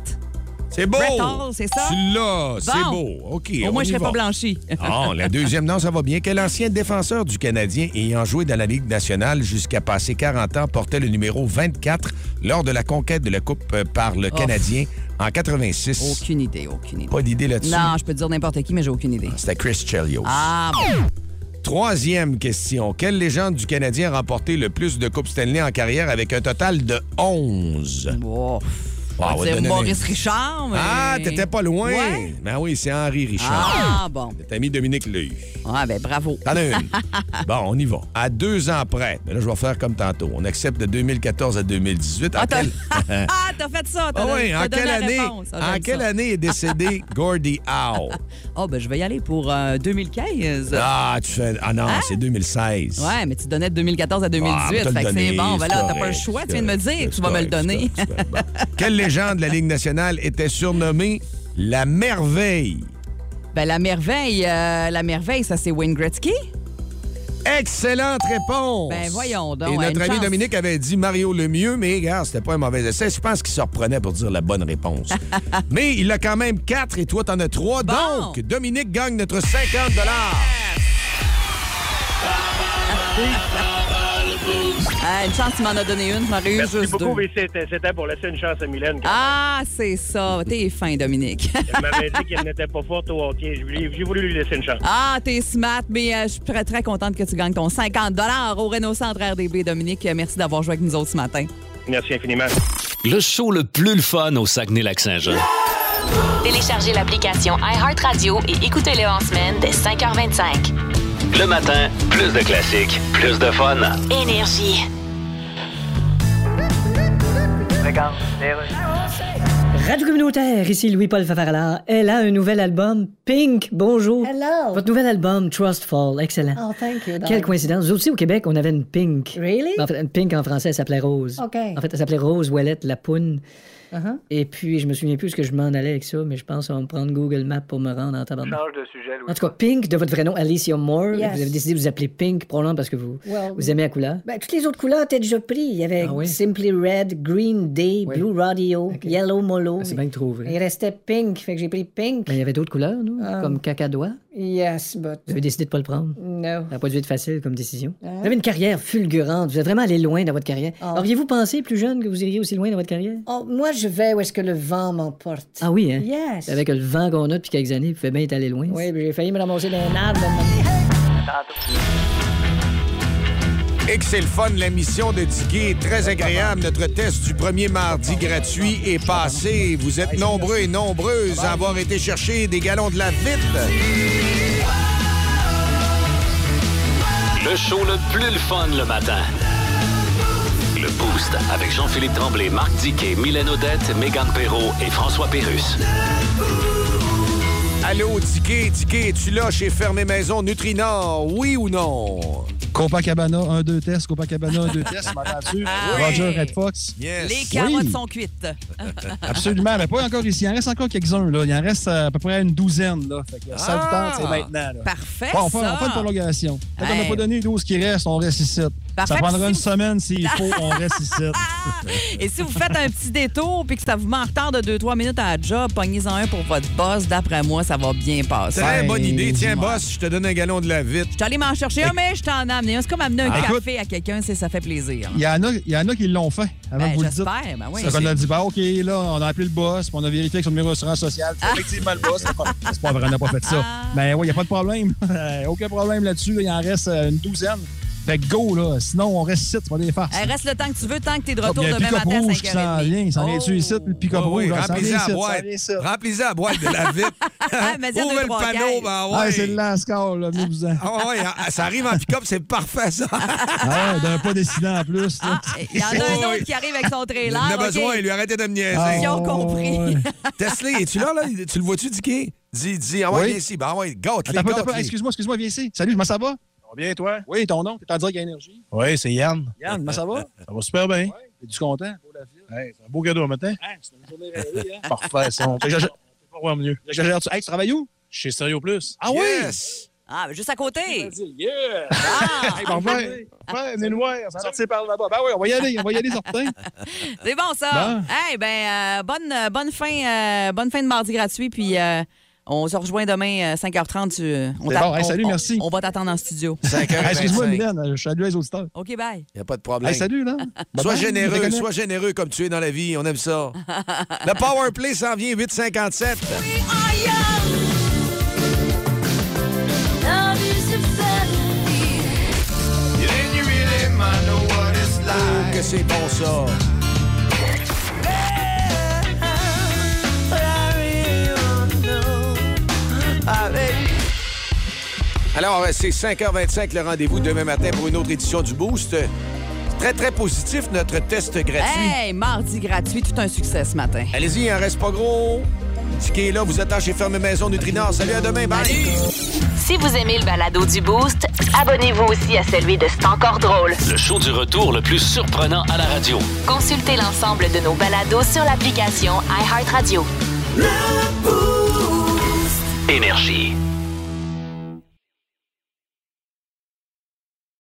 [SPEAKER 3] C'est beau!
[SPEAKER 4] Brett Hall, c'est ça?
[SPEAKER 3] Tu l'as, Ah, c'est
[SPEAKER 4] Bon.
[SPEAKER 3] beau. OK,
[SPEAKER 4] Au moins,
[SPEAKER 3] on y
[SPEAKER 4] je serais
[SPEAKER 3] va. Ah,
[SPEAKER 4] pas blanchi.
[SPEAKER 3] Non, la deuxième, non, ça va bien. Quel ancien défenseur du Canadien ayant joué dans la Ligue nationale jusqu'à passer 40 ans portait le numéro 24 lors de la conquête de la Coupe euh, par le
[SPEAKER 4] Oh.
[SPEAKER 3] Canadien en 86?
[SPEAKER 4] Aucune idée, aucune idée.
[SPEAKER 3] Pas d'idée là-dessus?
[SPEAKER 4] Non, je peux te dire n'importe qui, mais j'ai aucune idée.
[SPEAKER 3] C'était Chris Chelios.
[SPEAKER 4] Ah, bon.
[SPEAKER 3] Troisième question. Quelle légende du Canadien a remporté le plus de Coupes Stanley en carrière avec un total de 11? Wow, on va te
[SPEAKER 4] C'est
[SPEAKER 3] donner un
[SPEAKER 4] Maurice
[SPEAKER 3] indice.
[SPEAKER 4] Richard, mais...
[SPEAKER 3] Ah, t'étais pas loin.
[SPEAKER 4] Ouais.
[SPEAKER 3] Ben oui, c'est Henri Richard.
[SPEAKER 4] Ah, bon.
[SPEAKER 3] T'as mis Dominique Leu.
[SPEAKER 4] Ah, ben bravo.
[SPEAKER 3] T'en as une. bon, on y va. À deux ans près. Mais là, je vais faire comme tantôt. On accepte de 2014 à 2018. En quelle-
[SPEAKER 4] Ah, t'as fait ça. T'as
[SPEAKER 3] Hein. Ah
[SPEAKER 4] don-
[SPEAKER 3] oui,
[SPEAKER 4] t'as
[SPEAKER 3] en
[SPEAKER 4] donné
[SPEAKER 3] quelle
[SPEAKER 4] la
[SPEAKER 3] année,
[SPEAKER 4] réponse. Ah,
[SPEAKER 3] en
[SPEAKER 4] j'aime
[SPEAKER 3] quelle
[SPEAKER 4] ça.
[SPEAKER 3] année est décédé Gordie Howe?
[SPEAKER 4] Oh, ben je vais y aller pour euh, 2015.
[SPEAKER 3] Ah, tu fais. Ah non, c'est 2016.
[SPEAKER 4] Hein? Ouais, mais tu donnais de 2014 à 2018.
[SPEAKER 3] Ah, on va te
[SPEAKER 4] fait
[SPEAKER 3] le
[SPEAKER 4] que c'est
[SPEAKER 3] donner,
[SPEAKER 4] bon,
[SPEAKER 3] c'est
[SPEAKER 4] ben là, t'as
[SPEAKER 3] correct,
[SPEAKER 4] pas le choix.
[SPEAKER 3] c'est
[SPEAKER 4] Tu viens de me le
[SPEAKER 3] correct,
[SPEAKER 4] dire,
[SPEAKER 3] c'est
[SPEAKER 4] tu vas me le
[SPEAKER 3] correct,
[SPEAKER 4] donner.
[SPEAKER 3] Quelle légende de la Ligue nationale était surnommée la merveille?
[SPEAKER 4] ben la merveille, euh, la merveille, ça c'est Wayne Gretzky.
[SPEAKER 3] Excellente réponse!
[SPEAKER 4] Ben voyons donc.
[SPEAKER 3] Et
[SPEAKER 4] hein,
[SPEAKER 3] notre
[SPEAKER 4] une
[SPEAKER 3] ami
[SPEAKER 4] chance.
[SPEAKER 3] Dominique avait dit Mario le mieux, mais gars, c'était pas un mauvais essai. Je pense qu'il se reprenait pour dire la bonne réponse. mais il a quand même quatre et toi, t'en as trois. Donc, Dominique gagne notre 50
[SPEAKER 4] Ah, une chance, tu m'en as donné une, tu m'en aurais eu
[SPEAKER 14] Merci
[SPEAKER 4] juste
[SPEAKER 14] beaucoup,
[SPEAKER 4] deux.
[SPEAKER 14] mais c'était c'était pour laisser une chance à Mylène.
[SPEAKER 4] Ah, c'est ça. T'es fin, Dominique.
[SPEAKER 14] Elle m'avait dit qu'elle n'était pas forte au hockey. Je lui- J'ai voulu lui laisser une chance.
[SPEAKER 4] Ah, t'es smart, mais euh, je suis très, très contente que tu gagnes ton 50 au Renault Centre RDB. Dominique, euh, merci d'avoir joué avec nous autres ce matin.
[SPEAKER 14] Merci infiniment.
[SPEAKER 2] Le show le plus le fun au Saguenay-Lac-Saint-Jean.
[SPEAKER 1] Téléchargez l'application iHeartRadio et écoutez-le en semaine dès 5h25.
[SPEAKER 2] Le matin, plus de classiques, plus de fun.
[SPEAKER 1] Énergie.
[SPEAKER 15] Ah,
[SPEAKER 19] Radio communautaire, ici Louis-Paul Favaralard. Elle a un nouvel album, Pink. Bonjour.
[SPEAKER 15] Hello.
[SPEAKER 19] Votre nouvel album, Trust Fall. Excellent.
[SPEAKER 15] Oh, thank you. darling.
[SPEAKER 19] Quelle coïncidence. Nous aussi, au Québec, on avait une Pink.
[SPEAKER 15] Really?
[SPEAKER 19] En fait, une Pink en français, elle s'appelait Rose.
[SPEAKER 15] OK.
[SPEAKER 19] En fait, elle s'appelait Rose Ouellette Lapoune.
[SPEAKER 15] Uh-huh.
[SPEAKER 19] Et puis, je me souviens plus ce que je m'en allais avec ça, mais je pense qu'on va me prendre Google Maps pour me rendre en tabarnak.
[SPEAKER 15] Change de sujet, Louis.
[SPEAKER 19] En tout cas, Pink, de votre vrai nom, Alicia Moore.
[SPEAKER 15] Yes.
[SPEAKER 19] Vous avez décidé de vous appeler Pink, probablement parce que vous,
[SPEAKER 15] Well,
[SPEAKER 19] vous aimez la couleur.
[SPEAKER 15] Ben, toutes les autres couleurs étaient déjà prises. Il y avait
[SPEAKER 19] Ah oui? Ah,
[SPEAKER 15] Simply Red, Green Day, Blue Radio, Yellow Molo.
[SPEAKER 19] C'est bien trouvé.
[SPEAKER 15] Il restait Pink, fait que j'ai pris Pink.
[SPEAKER 19] Ben, il y avait d'autres couleurs, non?
[SPEAKER 15] Ah. Oh.
[SPEAKER 19] Comme cacadois.
[SPEAKER 15] Yes, but
[SPEAKER 19] Vous avez décidé de pas le prendre.
[SPEAKER 15] no.
[SPEAKER 19] Ça n'a pas dû être facile comme décision. Vous avez une carrière fulgurante. Vous êtes vraiment allé loin dans votre carrière.
[SPEAKER 15] Ah.
[SPEAKER 19] Auriez-vous pensé, plus jeune, que vous iriez aussi loin dans votre carrière?
[SPEAKER 15] Oh, moi, je vais où est-ce que le vent m'emporte.
[SPEAKER 19] Ah oui, hein?
[SPEAKER 15] Yes.
[SPEAKER 19] Avec le vent qu'on a depuis quelques années, vous pouvez bien être allé loin.
[SPEAKER 15] Oui, puis j'ai failli me ramasser dans un arbre.
[SPEAKER 3] Et que c'est le fun, la mission de Tiki est très agréable. Notre test du premier mardi gratuit est passé. Vous êtes nombreux et nombreuses à avoir été chercher des galons de la vite.
[SPEAKER 2] Le show le plus le fun le matin. Le Boost avec Jean-Philippe Tremblay, Marc Diquet, Mylène Odette, Megan Perrault et François Pérus.
[SPEAKER 3] Allô, Ticket, Ticket, es-tu là chez Fermé Maison Nutrinor? Oui ou non?
[SPEAKER 5] Copacabana, 1-2 tests. Copacabana, 1-2 tests. madame Arthur.
[SPEAKER 4] Oui.
[SPEAKER 5] Roger Red Fox.
[SPEAKER 4] Les
[SPEAKER 5] Oui.
[SPEAKER 4] carottes sont cuites.
[SPEAKER 5] Absolument, mais pas encore ici. Il en reste encore quelques-uns. Là. Il en reste euh, à peu près une douzaine. Là. Fait que ça vous tente, c'est maintenant. Là.
[SPEAKER 4] Ah! Parfait.
[SPEAKER 5] Bon, on fait,
[SPEAKER 4] ça.
[SPEAKER 5] on fait une prolongation. Peut-être qu'on n'a
[SPEAKER 4] Hey.
[SPEAKER 5] pas donné 12 qui restent, on reste ici.
[SPEAKER 4] Parfait,
[SPEAKER 5] Ça prendra
[SPEAKER 4] puis
[SPEAKER 5] une
[SPEAKER 4] si-
[SPEAKER 5] semaine s'il faut, on reste ici.
[SPEAKER 4] Et si vous faites un petit détour puis que ça vous met en retard de 2-3 minutes à la job, pognez-en un pour votre boss. D'après moi, ça va bien passer.
[SPEAKER 3] Très bonne idée. Tiens, boss, je te donne un gallon de la vite.
[SPEAKER 4] Je suis allée m'en chercher un, mais je t'en ai amené un. C'est comme amener un
[SPEAKER 5] Ah.
[SPEAKER 4] café à quelqu'un, c'est ça fait plaisir.
[SPEAKER 5] Il y, en a, il y en a qui l'ont fait avant
[SPEAKER 4] Ben,
[SPEAKER 5] que vous le dites.
[SPEAKER 4] j'espère, ben oui.
[SPEAKER 5] C'est qu'on a dit, bah, OK, là, on a appelé le boss, puis on a vérifié avec son numéro d'assurance sociale. Puis Effectivement, le boss, c'est pas- c'est pas vrai, on n'a pas fait ça.
[SPEAKER 4] Ah!
[SPEAKER 5] Mais oui, il n'y a pas de problème. Euh, Aucun problème là-dessus. là. il en reste euh, une douzaine. Fait que go, là. Sinon, on reste ici, c'est pas des farces.
[SPEAKER 4] Eh, reste le temps que tu veux, tant que t'es de
[SPEAKER 5] Ah,
[SPEAKER 4] retour
[SPEAKER 5] puis
[SPEAKER 4] demain
[SPEAKER 5] Il y a un
[SPEAKER 4] matin à
[SPEAKER 5] pick-up rouge qui
[SPEAKER 4] 5h30.
[SPEAKER 5] s'en vient. Il s'en vient dessus ici, puis le pick-up
[SPEAKER 3] Oh Oui,
[SPEAKER 5] rouge,
[SPEAKER 3] oui,
[SPEAKER 5] là, s'en
[SPEAKER 3] remplis-en
[SPEAKER 5] vient
[SPEAKER 3] à
[SPEAKER 5] ici,
[SPEAKER 3] boîte.
[SPEAKER 5] s'en vient ici.
[SPEAKER 3] Remplis-en à boîte de la vite.
[SPEAKER 4] Mais-en Ah, deux,
[SPEAKER 3] Ouvre le
[SPEAKER 4] trois
[SPEAKER 3] panneau,
[SPEAKER 4] caisses.
[SPEAKER 3] ben
[SPEAKER 5] Ah,
[SPEAKER 3] ouais.
[SPEAKER 5] c'est le lascar, là, venez-vous-en.
[SPEAKER 3] Ah ouais, ah, ça arrive en pick-up, c'est parfait, ça.
[SPEAKER 5] Ah ouais, d'un pas décident en plus. là.
[SPEAKER 4] Ah, Il y en a
[SPEAKER 3] Oh, Oui.
[SPEAKER 5] Oh,
[SPEAKER 4] un autre qui arrive avec son
[SPEAKER 3] Il
[SPEAKER 4] trailer.
[SPEAKER 3] en a
[SPEAKER 4] OK.
[SPEAKER 3] besoin, lui, arrêtez de me niaiser.
[SPEAKER 5] Ah,
[SPEAKER 4] Ils ont compris.
[SPEAKER 3] Tesla, es-tu là, là? Tu le vois-tu, Dicky? Dis, dis, ah ouais,
[SPEAKER 5] Oui.
[SPEAKER 3] viens ici. Ben ah ouais, gâte-les,
[SPEAKER 5] Attends, un peu, attends, un peu.
[SPEAKER 3] gâte-les.
[SPEAKER 5] excuse-moi, excuse-moi, viens ici. Salut, comment ça va?
[SPEAKER 20] Bien, toi?
[SPEAKER 5] Oui, ton nom, t'es en direct à Énergie.
[SPEAKER 20] Oui, c'est Yann.
[SPEAKER 5] Yann, comment ça va?
[SPEAKER 20] Ça va super bien.
[SPEAKER 5] T'es-tu content? Hein,
[SPEAKER 20] Hey, c'est un beau cadeau un matin. Parfait, ça. On peut
[SPEAKER 5] J'agère-
[SPEAKER 20] pas voir mieux.
[SPEAKER 5] j'agère- tu- Hey, tu travailles où?
[SPEAKER 20] Chez Sérieux Plus.
[SPEAKER 5] Ah oui?
[SPEAKER 4] Ah, juste à côté. Ah.
[SPEAKER 5] Yeah! Hey, parfait. Parfait, venez nous voir, on va sortir par là-bas. Ben oui, on va y aller, on va y aller, certain.
[SPEAKER 4] C'est bon, ça.
[SPEAKER 5] Bon.
[SPEAKER 4] Eh ben, euh, bonne, euh, bonne, fin, euh, bonne fin de mardi gratuit. Puis euh, on se rejoint demain euh, 5h30. Tu, on
[SPEAKER 5] C'est
[SPEAKER 4] t'a-
[SPEAKER 5] bon. Hey,
[SPEAKER 4] on-
[SPEAKER 5] salut,
[SPEAKER 4] on-
[SPEAKER 5] merci.
[SPEAKER 4] On, va t'attendre en studio.
[SPEAKER 5] Hey, Excuse-moi, Mylène, je salue les auditeurs.
[SPEAKER 4] OK, bye.
[SPEAKER 3] Il n'y a pas de problème.
[SPEAKER 5] Hey, salut, là.
[SPEAKER 3] sois
[SPEAKER 5] Bye-bye, je te
[SPEAKER 3] généreux,
[SPEAKER 5] connais.
[SPEAKER 3] sois généreux comme tu es dans la vie, on aime ça. Le Power Play s'en vient 8,57. Oh, que c'est bon ça. Alors, euh, c'est 5h25 le rendez-vous demain matin pour une autre édition du Boost. Euh, Très, très positif, notre test gratuit.
[SPEAKER 4] Hey, mardi gratuit, tout un succès ce matin.
[SPEAKER 3] Allez-y, il en reste pas gros. Ticket est là, vous attend chez Ferme Maison Nutrinor. Salut, à demain, bye!
[SPEAKER 1] Si vous aimez le balado du Boost, abonnez-vous aussi à celui de C'est encore drôle.
[SPEAKER 2] Le show du retour le plus surprenant à la radio.
[SPEAKER 1] Consultez l'ensemble de nos balados sur l'application iHeartRadio.
[SPEAKER 2] Énergie.